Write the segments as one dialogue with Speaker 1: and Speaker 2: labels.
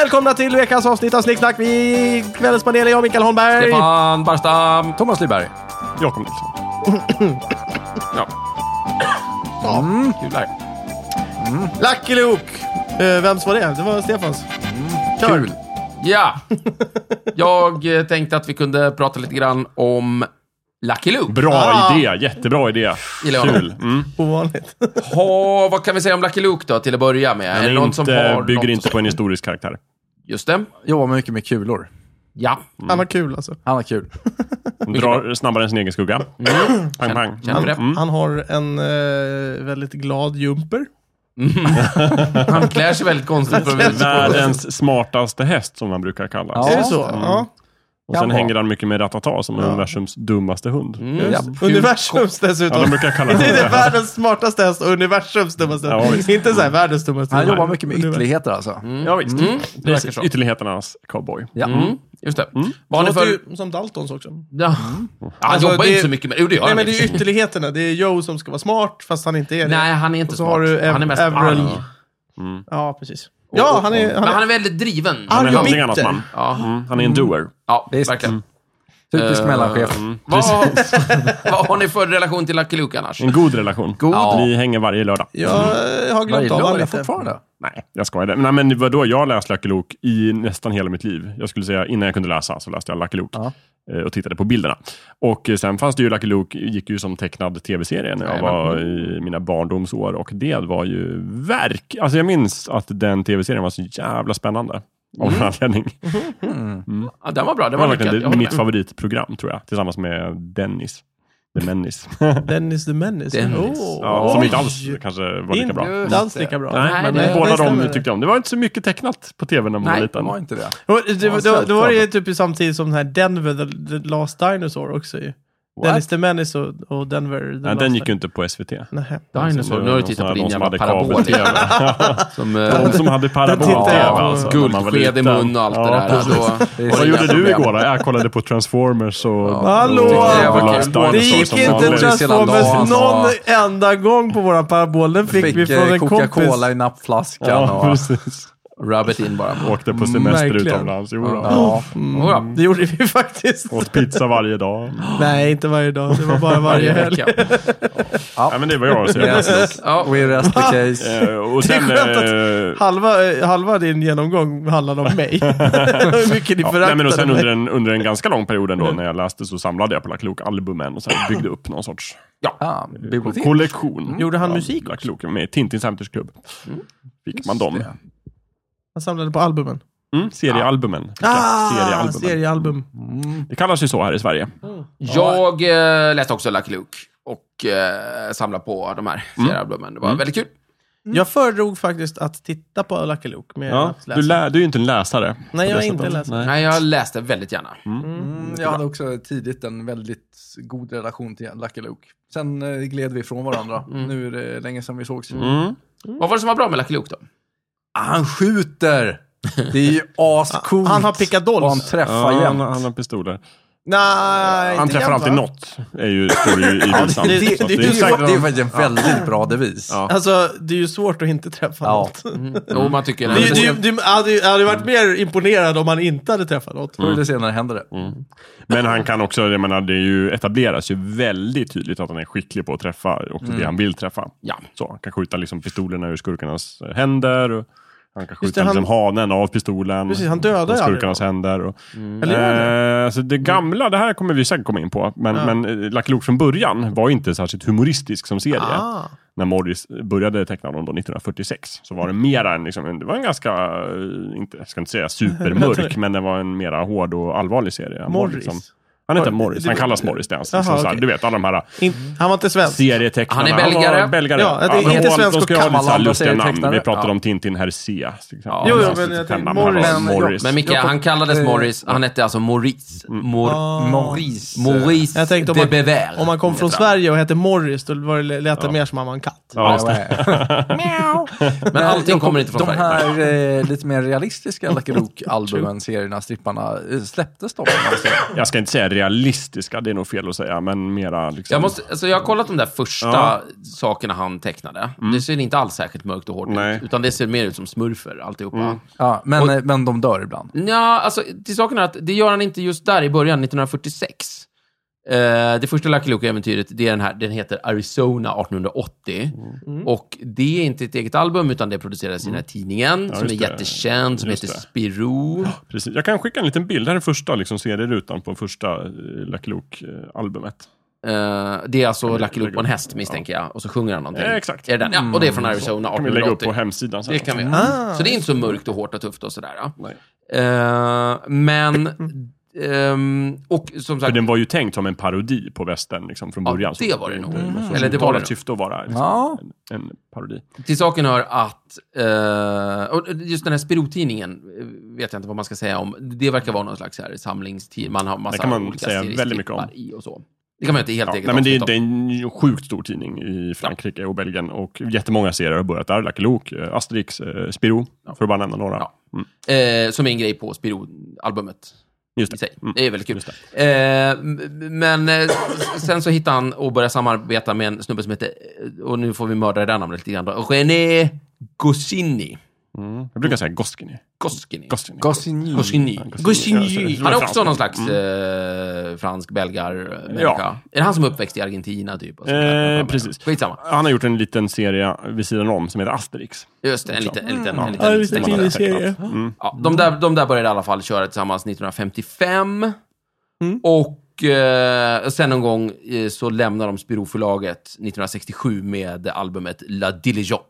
Speaker 1: Välkomna till veckans avsnitt av Snicksnack. Vi kvällens panel är jag, Mikael Holmberg.
Speaker 2: Stefan Barstam.
Speaker 3: Thomas Lyberg.
Speaker 4: Jakob Nilsson.
Speaker 2: Ja. Mm. Kul där.
Speaker 1: Lucky Luke. Eh, vems var det? Det var Stefans. Kör.
Speaker 2: Kul. Ja. Jag eh, tänkte att vi kunde prata lite grann om Lucky Luke.
Speaker 4: Bra
Speaker 1: Ah.
Speaker 4: idé, jättebra idé.
Speaker 2: Gillar jag.
Speaker 4: Kul. Mm.
Speaker 1: Ovanligt.
Speaker 2: Ha, vad kan vi säga om Lucky Luke då, till att börja med? Är
Speaker 4: Den
Speaker 2: det
Speaker 4: är
Speaker 2: någon som har
Speaker 4: inte, bygger
Speaker 2: något-
Speaker 4: inte på en historisk karaktär.
Speaker 2: Just det.
Speaker 3: Jobbar mycket med kulor.
Speaker 2: Ja.
Speaker 1: Han var kul alltså.
Speaker 3: Han har kul.
Speaker 4: Den Drar snabbare än sin egen skugga. Pang, pang.
Speaker 2: Mm.
Speaker 4: Mm.
Speaker 2: Känner du det?
Speaker 1: Han har en eh, väldigt glad jumper.
Speaker 2: Han klär sig väldigt konstigt. För
Speaker 4: Världens smartaste häst, som han brukar kallas.
Speaker 3: Ja.
Speaker 1: är det så? Ja.
Speaker 4: Och sen
Speaker 3: kan vara.
Speaker 4: hänger han mycket med Ratata, som är universums dummaste hund.
Speaker 2: Mm.
Speaker 3: Ja,
Speaker 1: Universums
Speaker 4: Ja, de
Speaker 1: dessutom.
Speaker 4: brukar kalla
Speaker 1: det är
Speaker 4: honom
Speaker 1: det världens smartaste häst och universums dummaste.
Speaker 4: Ja, visst.
Speaker 1: Inte så här världens dummaste.
Speaker 3: Han
Speaker 1: Nej.
Speaker 3: jobbar mycket med ytterligheter alltså.
Speaker 4: Ja, visst. Det
Speaker 2: verkar så.
Speaker 4: är ytterligheternas cowboy.
Speaker 3: Ja.
Speaker 2: Mm, just det. Vad
Speaker 1: Han
Speaker 2: har ni
Speaker 1: låter
Speaker 2: för...
Speaker 1: ju som Daltons också.
Speaker 2: Ja. Ja, han
Speaker 1: Alltså, det-
Speaker 2: jobbar ju inte så mycket med... Jo, det gör
Speaker 1: Nej
Speaker 2: han
Speaker 1: men det
Speaker 2: i och
Speaker 1: är
Speaker 2: för
Speaker 1: ju
Speaker 2: sig.
Speaker 1: ytterligheterna. Det är Joe som ska vara smart, fast han inte är det.
Speaker 2: Nej, han är inte
Speaker 1: Och så
Speaker 2: smart.
Speaker 1: har du Ev-
Speaker 2: han är mest
Speaker 1: Avril.
Speaker 2: arg.
Speaker 1: Ja, precis. Ja, han är...
Speaker 2: Men
Speaker 1: Han
Speaker 2: han
Speaker 1: är
Speaker 2: är väldigt driven.
Speaker 1: Han
Speaker 4: Han är
Speaker 1: är
Speaker 4: handlingarnas
Speaker 1: bitter.
Speaker 4: man.
Speaker 2: Ja,
Speaker 4: Mm. Han är en doer.
Speaker 2: ja
Speaker 3: Visst.
Speaker 2: verkligen.
Speaker 3: Typisk
Speaker 2: Eh,
Speaker 3: mellanchef.
Speaker 2: Vad, vad har ni för relation till Lucky Luke annars?
Speaker 4: En god relation.
Speaker 2: God. Ja.
Speaker 4: Vi hänger varje lördag.
Speaker 1: jag
Speaker 4: Mm.
Speaker 1: har glömt av
Speaker 3: Vad
Speaker 1: honom
Speaker 3: är det
Speaker 1: lite.
Speaker 3: fortfarande?
Speaker 4: Nej, jag skojar. Det. Nej, men vadå? Jag har läst Lucky Luke i nästan hela mitt liv. Jag skulle säga, innan jag kunde läsa så läste jag Lucky Luke.
Speaker 3: Ja.
Speaker 4: eh, Och tittade på bilderna. Och eh, sen fanns det ju Lucky Luke, gick ju som tecknad tv-serie när jag
Speaker 2: Jajamän.
Speaker 4: var i mina barndomsår. Och det var ju verk... Alltså jag minns att den tv-serien var så jävla spännande. Av någon anledning.
Speaker 2: Mm. Ja, den var bra. Den
Speaker 4: Det var
Speaker 2: var lyckad.
Speaker 4: verkligen
Speaker 2: Jag
Speaker 4: det,
Speaker 2: håller
Speaker 4: mitt
Speaker 2: med.
Speaker 4: favoritprogram tror jag. Tillsammans med Dennis. The Menace.
Speaker 1: Dennis the Menace.
Speaker 2: Dennis.
Speaker 1: Oh.
Speaker 4: ja, som
Speaker 1: Oj.
Speaker 4: inte alls kanske var lika
Speaker 1: Inte
Speaker 4: bra.
Speaker 3: Just
Speaker 1: Inte alls
Speaker 3: det.
Speaker 1: lika bra.
Speaker 4: Nej,
Speaker 2: Nej,
Speaker 4: men
Speaker 2: det-
Speaker 4: båda
Speaker 1: det
Speaker 4: de
Speaker 1: stämmer.
Speaker 4: tyckte jag om. Det var inte så mycket tecknat på tv när man
Speaker 2: Nej,
Speaker 4: var
Speaker 3: Det
Speaker 4: liten.
Speaker 3: var inte det.
Speaker 1: Och det- det-
Speaker 3: Han
Speaker 1: Då,
Speaker 3: svälter
Speaker 1: då var det ju
Speaker 3: dem.
Speaker 1: typ i samtidigt som den här Denver, the, the Last Dinosaur också ju. Dennis the Menace och, och Denver, the
Speaker 4: Nej,
Speaker 1: Last
Speaker 4: den gick
Speaker 1: Dinosaur.
Speaker 4: ju inte på SVT. Den
Speaker 1: Nähä.
Speaker 2: Dinosaur. Nu har du tittat på din jävla parabol.
Speaker 4: kabel-tv.
Speaker 2: Som, eh,
Speaker 4: De som hade parabol-tv.
Speaker 1: tittade jag på.
Speaker 4: alltså, när man var
Speaker 2: Guldsked i
Speaker 4: liten.
Speaker 2: mun och allt det
Speaker 4: Ja,
Speaker 2: där. Alltså,
Speaker 4: precis.
Speaker 2: Då,
Speaker 4: Vad gjorde du igår då? Jag kollade på Transformers och...
Speaker 1: Hallå!
Speaker 2: tyckte det var
Speaker 4: och
Speaker 2: kul.
Speaker 4: Last Dinosaur
Speaker 1: Det gick
Speaker 4: som
Speaker 1: inte
Speaker 4: vanligt.
Speaker 1: Transformers
Speaker 3: Sedan dagen,
Speaker 1: någon
Speaker 3: ja.
Speaker 1: enda gång på våran parabol. Den fick,
Speaker 3: Fick
Speaker 1: vi från
Speaker 3: eh,
Speaker 1: en kompis.
Speaker 3: Coca-Cola i nappflaskan.
Speaker 4: Ja,
Speaker 3: och,
Speaker 4: precis.
Speaker 2: Rub it in bara.
Speaker 4: Åkte på semester
Speaker 1: Verkligen.
Speaker 4: utomlands. Jo, då.
Speaker 3: ja.
Speaker 2: Jodå.
Speaker 1: Det gjorde vi faktiskt.
Speaker 4: Åt pizza varje dag.
Speaker 1: Nej, inte varje dag. Det var bara varje
Speaker 2: Varje
Speaker 1: helg.
Speaker 2: vecka.
Speaker 4: Nej, men det var jag att säga.
Speaker 3: Yes.
Speaker 2: Ja.
Speaker 3: We rest the case.
Speaker 4: Eh, Och sen...
Speaker 1: Det är skönt att-
Speaker 4: eh,
Speaker 1: Halva, eh, halva din genomgång handlade om mig. Hur mycket ni
Speaker 4: Ja, nej,
Speaker 1: föraktade
Speaker 4: men och sen
Speaker 1: mig.
Speaker 4: under en, under en ganska lång period ändå, när jag läste så samlade jag på Black Luke-albumen och sen byggde upp någon sorts
Speaker 3: Ah, bibliotek.
Speaker 4: kollektion.
Speaker 1: Gjorde han musik
Speaker 4: Black Luke med Tintins Äventyrsklubb. Fick man dem.
Speaker 1: Han samlade på albumen.
Speaker 4: Mm, seriealbumen. Fick jag.
Speaker 1: Ah,
Speaker 4: seriealbumen.
Speaker 1: seriealbum.
Speaker 4: Det kallas ju så här i Sverige.
Speaker 2: Jag eh, läste också Lucky Luke och eh, samlade på de här seriealbumen. Det var väldigt kul.
Speaker 1: Jag föredrog faktiskt att titta på Lucky Luke med
Speaker 4: Ja,
Speaker 1: att läsa.
Speaker 4: du, lä, du är ju inte en läsare.
Speaker 1: Nej, jag är
Speaker 4: Dessutom.
Speaker 1: inte läsare.
Speaker 4: Nej.
Speaker 2: Nej, jag läste väldigt gärna.
Speaker 3: Mm, jag hade också tidigt en väldigt god relation till Lucky Luke. Sen eh, gled vi ifrån varandra. Nu är det länge sedan vi sågs.
Speaker 4: Mm.
Speaker 2: Vad var det som var bra med Lucky Luke då?
Speaker 3: Ah, Han skjuter! Det är ju ascoolt.
Speaker 1: Han har pickadolls.
Speaker 3: Och han träffar
Speaker 4: Ja, han,
Speaker 3: jämt.
Speaker 4: han har pistoler.
Speaker 1: Nej,
Speaker 4: Han
Speaker 1: inte
Speaker 4: träffar
Speaker 1: jämt,
Speaker 4: alltid
Speaker 1: va?
Speaker 4: något, är ju, står det ju i visan. Så att
Speaker 1: det-
Speaker 3: Det, det,
Speaker 4: det
Speaker 3: är ju
Speaker 4: är
Speaker 3: fa-
Speaker 4: säkert-
Speaker 3: det är faktiskt en väldigt bra devis.
Speaker 4: Ja.
Speaker 1: Alltså, det är ju svårt att inte träffa
Speaker 3: Ja.
Speaker 1: något.
Speaker 2: Jo, man tycker...
Speaker 1: Mm. Det, är ju-
Speaker 4: Mm.
Speaker 1: det, det, hade, ju- jag hade varit mer imponerad om han inte hade träffat något.
Speaker 4: Mm.
Speaker 3: Förr eller senare händer det.
Speaker 4: Men han kan också, jag menar, det är ju etableras ju väldigt tydligt att han är skicklig på att träffa och
Speaker 1: Mm.
Speaker 4: det han vill träffa.
Speaker 2: Ja.
Speaker 4: Så, han kan skjuta liksom pistolerna ur skurkarnas eh, händer. Och han kan skjuta
Speaker 1: det, han-
Speaker 4: liksom hanen av pistolen.
Speaker 1: Precis, han dödar
Speaker 4: från
Speaker 1: ju aldrig Mm.
Speaker 4: skurkarnas händer. Och,
Speaker 1: Eller gör han det? Mm.
Speaker 4: eh, så det gamla, det här kommer vi säkert komma in på. Men, men eh, Lucky Luke från början var inte särskilt humoristisk som serie.
Speaker 1: Ah.
Speaker 4: När Morris började teckna honom då 1946 så var det mera en, liksom, en- det var en ganska, eh, inte, jag ska inte säga supermörk, men det var en mera hård och allvarlig serie.
Speaker 1: Morris?
Speaker 4: Liksom. Han heter Morris, han
Speaker 1: Det-
Speaker 4: kallas Morris. Det är hans,
Speaker 1: Jaha,
Speaker 4: liksom, så här,
Speaker 1: okej.
Speaker 4: Du vet, alla de här
Speaker 1: In, han var inte svensk.
Speaker 4: serietecknarna.
Speaker 2: Han är belgare.
Speaker 4: var belgare.
Speaker 1: Ja, det är
Speaker 4: men
Speaker 1: inte
Speaker 4: hon-
Speaker 1: svensk
Speaker 4: De ska ju ha lite så här
Speaker 3: och Kammarlanda
Speaker 4: lustiga namn. Vi
Speaker 3: serietecknare.
Speaker 4: pratade
Speaker 2: Ja.
Speaker 4: om Tintin Hercé. till exempel.
Speaker 2: Jo,
Speaker 1: jo,
Speaker 4: Hans
Speaker 1: men jag
Speaker 4: sitt
Speaker 1: tänkte
Speaker 4: namn, han
Speaker 1: Morris.
Speaker 4: var
Speaker 3: Men-
Speaker 4: Morris.
Speaker 2: Men Micke,
Speaker 3: Jag kom-
Speaker 2: han kallades
Speaker 3: eh,
Speaker 2: Maurice. Han hette alltså Maurice. Mor
Speaker 1: Ah.
Speaker 2: Maurice. Maurice
Speaker 1: Jag tänkte om
Speaker 2: de
Speaker 1: man-
Speaker 2: Bever.
Speaker 1: Om han kom från
Speaker 2: heter han.
Speaker 1: Sverige och hette Morris, då var det, lät det mer som han var en katt.
Speaker 4: Ja, just det.
Speaker 2: Men allting kommer inte från
Speaker 3: De
Speaker 2: Sverige.
Speaker 3: här eh, lite mer realistiska Lucky Luke-albumen, serierna, stripparna, eh, släpptes de? Alltså.
Speaker 4: Jag ska inte säga realistiska, det är nog fel att säga, men mera liksom...
Speaker 2: Jag, måste, alltså jag har kollat de där första
Speaker 4: Ja. Mm.
Speaker 2: sakerna han tecknade. Det ser inte alls särskilt mörkt och hårt
Speaker 4: Nej. Mm.
Speaker 2: ut, utan det ser mer ut som smurfer, alltihopa.
Speaker 3: Ja, men, eh, men de dör ibland.
Speaker 2: Ja, alltså till saken är att det gör han inte just där i början, 1946. Eh, det första Lucky Luke-äventyret, det är den här, den heter Arizona 1880.
Speaker 4: Mm.
Speaker 2: Och det är inte ett eget album, utan det producerades i den här tidningen, som är
Speaker 4: just det.
Speaker 2: jättekänd, som
Speaker 4: Just
Speaker 2: heter
Speaker 4: det.
Speaker 2: Spirou.
Speaker 4: Precis. Jag kan skicka en liten bild, här är första liksom, CD-rutan på första eh, Lucky Luke-albumet.
Speaker 2: Eh, det är alltså
Speaker 4: vi
Speaker 2: Lucky Luke
Speaker 4: lägga
Speaker 2: på en
Speaker 4: upp?
Speaker 2: häst, misstänker jag. Och så sjunger han någonting.
Speaker 4: Eh, exakt.
Speaker 2: Är det den? Ja, och det är från Arizona
Speaker 4: kan vi lägga upp
Speaker 2: 1880.
Speaker 4: på hemsidan sen.
Speaker 2: det kan vi göra.
Speaker 1: Ah,
Speaker 2: Så det är inte så mörkt och hårt och tufft och sådär. ja.
Speaker 4: Nej.
Speaker 2: Eh, men... ehm, och som
Speaker 4: För
Speaker 2: sagt,
Speaker 4: den var ju tänkt som en parodi på västern liksom, från
Speaker 2: Ja,
Speaker 4: början.
Speaker 2: det var det nog. Mm. Eller
Speaker 4: Eller
Speaker 2: det
Speaker 4: det
Speaker 2: var det
Speaker 4: var ett
Speaker 2: nog.
Speaker 4: syfte att vara liksom,
Speaker 3: Ja.
Speaker 4: en, en parodi.
Speaker 2: Till saken hör att, eh, och just den här Spirotidningen eh, vet jag inte vad man ska säga om. Det verkar vara någon slags så här samlingstid. Man har massa
Speaker 4: Det kan man
Speaker 2: olika
Speaker 4: säga
Speaker 2: seriestrippar
Speaker 4: väldigt mycket om.
Speaker 2: i och så. Det kan man ju inte helt
Speaker 4: Ja,
Speaker 2: eget
Speaker 4: nej, men det,
Speaker 2: avsnitt
Speaker 4: är, det är en ju- sjukt stor tidning i Frankrike och Belgien och jättemånga serier har börjat där. Lucky Luke, eh, Asterix, eh, Spirou, för att bara nämna några.
Speaker 2: Ja.
Speaker 4: Mm.
Speaker 2: om. Eh, som är en grej på Spirot-albumet.
Speaker 4: Just
Speaker 2: i
Speaker 4: det.
Speaker 2: sig.
Speaker 4: Mm.
Speaker 2: Det är väldigt kul.
Speaker 4: Just
Speaker 2: Eh, m- men eh, s- sen så hittar han och börjar samarbeta med en snubbe som heter, eh, och nu får vi mörda det där namnet lite grann, då. René Goscinny.
Speaker 4: Mm. Jag brukar säga Goscinny.
Speaker 2: Goscinny.
Speaker 4: Goscinny.
Speaker 3: Gossigny.
Speaker 2: Goscinny.
Speaker 1: Goscinny.
Speaker 2: Han är
Speaker 4: Fransk. Mm.
Speaker 2: också någon slags eh, fransk belgar
Speaker 4: Ja.
Speaker 2: Är det han som är uppväxt i Argentina typ? Och sånt där?
Speaker 4: Eh, precis.
Speaker 2: Skitsamma.
Speaker 4: Han har gjort en liten serie vid sidan om som heter Asterix.
Speaker 2: Just det, en liten, en liten, en
Speaker 1: Ja,
Speaker 2: liten
Speaker 1: just det.
Speaker 2: släng.
Speaker 1: Liten serie.
Speaker 4: Mm.
Speaker 2: Ja, de, där, de där började i alla fall köra tillsammans 1955.
Speaker 1: Mm.
Speaker 2: Och eh, sen någon gång eh, så lämnar de Spirou-förlaget 1967 med albumet La Diligence.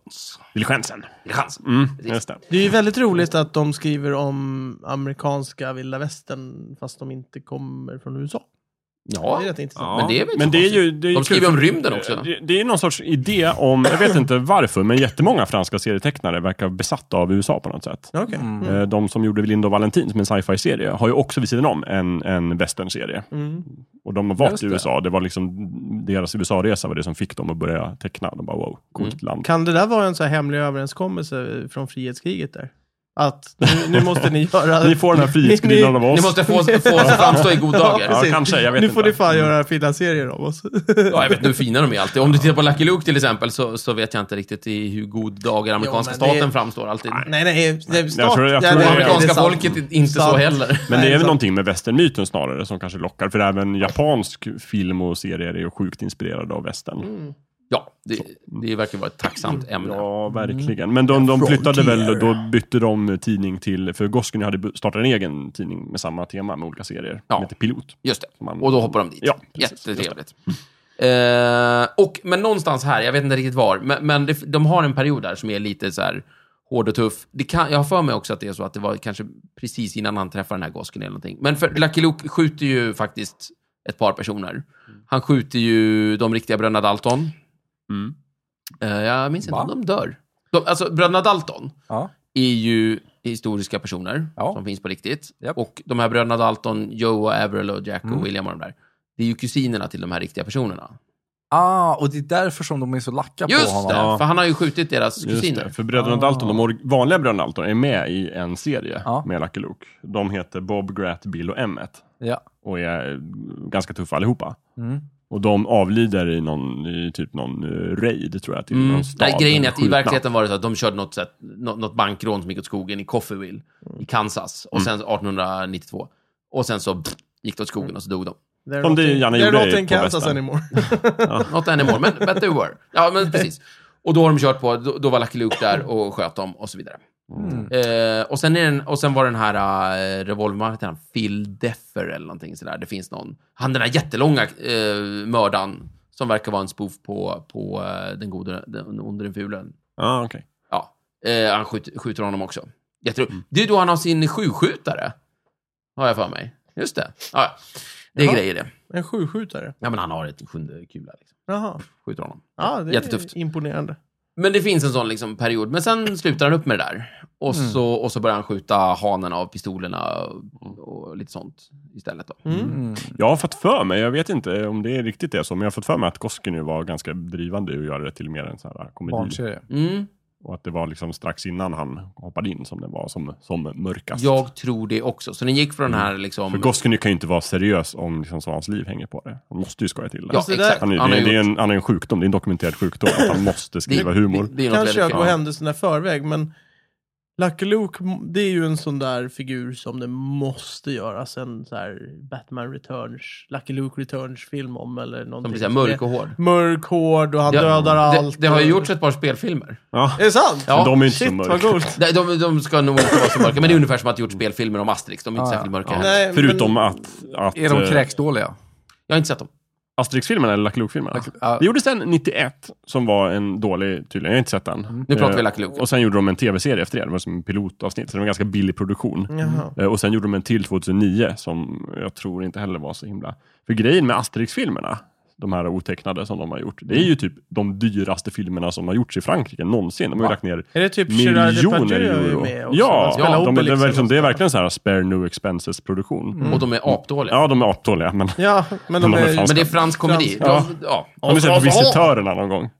Speaker 4: Diligensen.
Speaker 2: Diligence.
Speaker 4: Mm. Just det.
Speaker 1: det är ju väldigt roligt att de skriver om amerikanska vilda västern fast de inte kommer från USA.
Speaker 2: Ja,
Speaker 1: Det är rätt intressant.
Speaker 2: Men det är väl inte
Speaker 4: men det är
Speaker 2: konstigt.
Speaker 4: ju, det är ju
Speaker 2: De skriver
Speaker 4: kul. Eh,
Speaker 2: om rymden också.
Speaker 4: Det, det är någon sorts idé om, jag vet inte varför, men jättemånga franska serietecknare verkar besatta av USA på något sätt.
Speaker 1: Ja, Okej. Mm.
Speaker 4: Eh, De som gjorde Lind och Valentin, som är en sci-fi-serie, har ju också vid sidan om en, en western-serie. Och de har varit
Speaker 3: Just
Speaker 4: i
Speaker 3: det.
Speaker 4: USA. Det var liksom deras USA-resa var det som fick dem att börja teckna. De bara wow, coolt land.
Speaker 1: Kan det där vara en så här hemlig överenskommelse från frihetskriget där? Att nu, nu måste ni göra...
Speaker 4: Ni får den här frihetsgrillan
Speaker 1: Ni-
Speaker 4: av oss.
Speaker 2: Ni måste få, få oss att framstå i god dager.
Speaker 4: Ja, kanske. Jag vet
Speaker 1: nu
Speaker 4: inte. Mm.
Speaker 1: får ni fan göra fina serier av oss.
Speaker 2: Ja, jag vet inte hur fina de är alltid. Om du tittar på Lucky Luke till exempel så, så vet jag inte riktigt i hur god dagar amerikanska
Speaker 1: men det-
Speaker 2: staten framstår alltid.
Speaker 1: nej, nej. Det är
Speaker 4: Jag tror- jag
Speaker 1: Ja,
Speaker 4: tror
Speaker 1: det-
Speaker 4: det är-
Speaker 1: det
Speaker 2: Amerikanska
Speaker 1: är sant.
Speaker 2: folket är inte så
Speaker 1: Sant.
Speaker 2: heller.
Speaker 4: Men
Speaker 1: Nej,
Speaker 4: det är
Speaker 1: sant.
Speaker 4: väl någonting med västernmyten snarare som kanske lockar. För även japansk film och serier är ju sjukt inspirerade av västern.
Speaker 2: Ja, det, det verkar vara ett tacksamt
Speaker 1: Mm.
Speaker 2: ämne.
Speaker 4: Ja, verkligen. Men de, de flyttade väl, då bytte de tidning till, för Goscinny hade bu- startat en egen tidning med samma tema med olika serier.
Speaker 2: Ja.
Speaker 4: Som heter Pilot.
Speaker 2: Just det.
Speaker 4: Man-
Speaker 2: Och då hoppar de dit.
Speaker 4: Ja, precis.
Speaker 2: Jättetrevligt. Eh, och, men någonstans här, jag vet inte riktigt var, men, men det, de har en period där som är lite så här hård och tuff. Det kan, jag har för mig också att det är så att det var kanske precis innan han träffade den här Gosken eller någonting. Men
Speaker 4: Mm.
Speaker 2: för Lucky Luke skjuter ju faktiskt ett par personer. Han skjuter ju de riktiga bröderna Dalton.
Speaker 4: Mm.
Speaker 2: Eh, jag minns inte
Speaker 3: Va?
Speaker 2: om de dör. De, alltså, bröderna Dalton
Speaker 3: Ja.
Speaker 2: är ju historiska personer
Speaker 3: Ja.
Speaker 2: som finns på riktigt.
Speaker 3: Japp.
Speaker 2: Och de här bröderna Dalton, Joe och Averill och Jack
Speaker 3: Mm.
Speaker 2: och William och de där, det är ju kusinerna till de här riktiga personerna.
Speaker 3: Ah, och det är därför som de är så lacka
Speaker 2: Just
Speaker 3: på
Speaker 2: det,
Speaker 3: honom.
Speaker 4: Ja.
Speaker 2: för han har ju skjutit deras
Speaker 4: Just
Speaker 2: kusiner. Ah.
Speaker 4: det, för bröderna Dalton, de or- vanliga bröderna Dalton, är med i en serie
Speaker 3: Ja.
Speaker 4: med Lucky Luke. De heter Bob, Grat, Bill och Emmet
Speaker 3: Ja.
Speaker 4: och är eh, ganska tuffa allihopa.
Speaker 3: Mm.
Speaker 4: Och de avlider i någon, i typ någon eh, raid tror jag, till
Speaker 2: Mm.
Speaker 4: någon stad.
Speaker 2: Nej, grejen är att i
Speaker 4: Skjutna.
Speaker 2: verkligheten var det så att de körde något, sätt, något, något bankrån som gick åt skogen i Coffeeville i Kansas, och sen 1892. Och sen så pff, gick det åt skogen och så dog de.
Speaker 1: They're
Speaker 4: Som
Speaker 1: not
Speaker 4: det
Speaker 1: in-
Speaker 4: gärna
Speaker 1: they're
Speaker 4: gjorde
Speaker 1: not
Speaker 4: i-
Speaker 1: in
Speaker 4: på
Speaker 1: Kansas
Speaker 4: västern.
Speaker 1: anymore.
Speaker 2: Not anymore, men but they were. Ja, men precis. Och då har de kört på, då, då var Lucky Luke där och sköt dem och så vidare. Eh, och, sen är den, och sen var den här eh, revolvermannen, heter han Phil Deffer eller någonting sådär. Det finns någon. Han den här jättelånga eh, mördaren som verkar vara en spoof på, på eh, den gode, den onde, den fule.
Speaker 4: Ja, okej.
Speaker 2: Ja, eh, han skjuter, skjuter honom också. Jätteroligt. Det är då han har sin sjuskjutare. Har jag för mig. Just det. Ja, ja. det är
Speaker 1: Jaha.
Speaker 2: grejer det.
Speaker 1: En sjuskjutare.
Speaker 2: Ja, men han har ett sjunde kula. Liksom.
Speaker 1: Jaha.
Speaker 2: Skjuter honom.
Speaker 1: Ja, det är
Speaker 2: Jättetufft.
Speaker 1: imponerande.
Speaker 2: Men det finns en sån liksom period. Men sen slutar han upp med det där. Och, så, och så börjar han skjuta hanen av pistolerna och, och lite sånt istället. Då.
Speaker 4: Jag har fått för mig, jag vet inte om det är riktigt det så, men jag har fått för mig att Goscinny var ganska drivande i att göra det till mer en sån här eh, komedi.
Speaker 3: Barnserie.
Speaker 2: Mm.
Speaker 4: Och att det var liksom strax innan han hoppade in som den var som, som mörkast.
Speaker 2: Jag tror det också. Så den gick från den här liksom...
Speaker 4: För Goskunny kan ju inte vara seriös om liksom, så hans liv hänger på det. Han måste ju skoja till det.
Speaker 2: Ja,
Speaker 1: Alltså, det där-
Speaker 2: exakt.
Speaker 4: Han, är,
Speaker 2: Han har
Speaker 4: det, det är
Speaker 2: gjort-
Speaker 4: en, han är en sjukdom, det är en dokumenterad sjukdom. Att han måste skriva humor.
Speaker 2: Det, det är något
Speaker 1: Kanske jag
Speaker 2: väldigt
Speaker 1: går
Speaker 2: fint.
Speaker 1: händelserna i förväg, men Lucky Luke, det är ju en sån där figur som det måste göras en så här Batman Returns, Lucky Luke Returns-film om eller
Speaker 2: Som
Speaker 1: någonting.
Speaker 2: blir så här mörk och hård.
Speaker 1: Mörk, hård och han
Speaker 2: Ja,
Speaker 1: dödar
Speaker 2: Det,
Speaker 1: allt.
Speaker 2: det har ju
Speaker 1: och-
Speaker 2: gjorts ett par spelfilmer.
Speaker 4: Ja.
Speaker 1: Är det sant?
Speaker 2: Ja.
Speaker 4: Men de är inte
Speaker 1: Shit,
Speaker 4: så
Speaker 1: vad
Speaker 4: mörka.
Speaker 1: coolt.
Speaker 2: De, de, de ska nog inte vara så mörka, men det är ungefär som att det gjorts spelfilmer om Asterix. De är inte
Speaker 3: Ja,
Speaker 2: särskilt mörka
Speaker 4: Ja.
Speaker 2: heller.
Speaker 1: Nej,
Speaker 4: Förutom
Speaker 1: men-
Speaker 4: att, att
Speaker 3: Är de
Speaker 4: eh,
Speaker 3: kräksdåliga?
Speaker 2: Jag har inte sett dem.
Speaker 4: Asterix-filmerna eller Lucky Luke-filmerna.
Speaker 3: Ja.
Speaker 4: Det gjordes en 91 som var en dålig, tydligen. Jag har inte sett
Speaker 1: Mm.
Speaker 4: den.
Speaker 2: Nu pratar vi
Speaker 4: Eh,
Speaker 2: Lucky Luke.
Speaker 4: Och sen gjorde de en tv-serie efter det. Det var som en pilotavsnitt, så det var en ganska billig produktion.
Speaker 1: Jaha.
Speaker 4: Eh, Och sen gjorde de en till 2009 som jag tror inte heller var så himla... För grejen med Asterix-filmerna, de här otecknade som de har gjort, det är
Speaker 1: Mm.
Speaker 4: ju typ de dyraste filmerna som har gjorts i Frankrike någonsin. De har ju lagt ner
Speaker 1: Är det typ Gerard
Speaker 4: miljoner
Speaker 1: Depardieu är ju
Speaker 4: euro.
Speaker 1: med också? Han
Speaker 4: Ja,
Speaker 1: spelar
Speaker 4: de, de, det
Speaker 1: Obelix
Speaker 4: är liksom, det är
Speaker 1: eller något
Speaker 4: verkligen så här spare no expenses-produktion.
Speaker 1: Mm.
Speaker 2: Och de är apdåliga.
Speaker 4: Mm. Ja, de är aptåliga, men...
Speaker 1: Ja, men de
Speaker 4: Men de
Speaker 1: är
Speaker 4: är fan-
Speaker 2: Men det är fransk komedi.
Speaker 1: Fransk-
Speaker 2: De, ja.
Speaker 4: Har ni sett Visitörerna någon gång?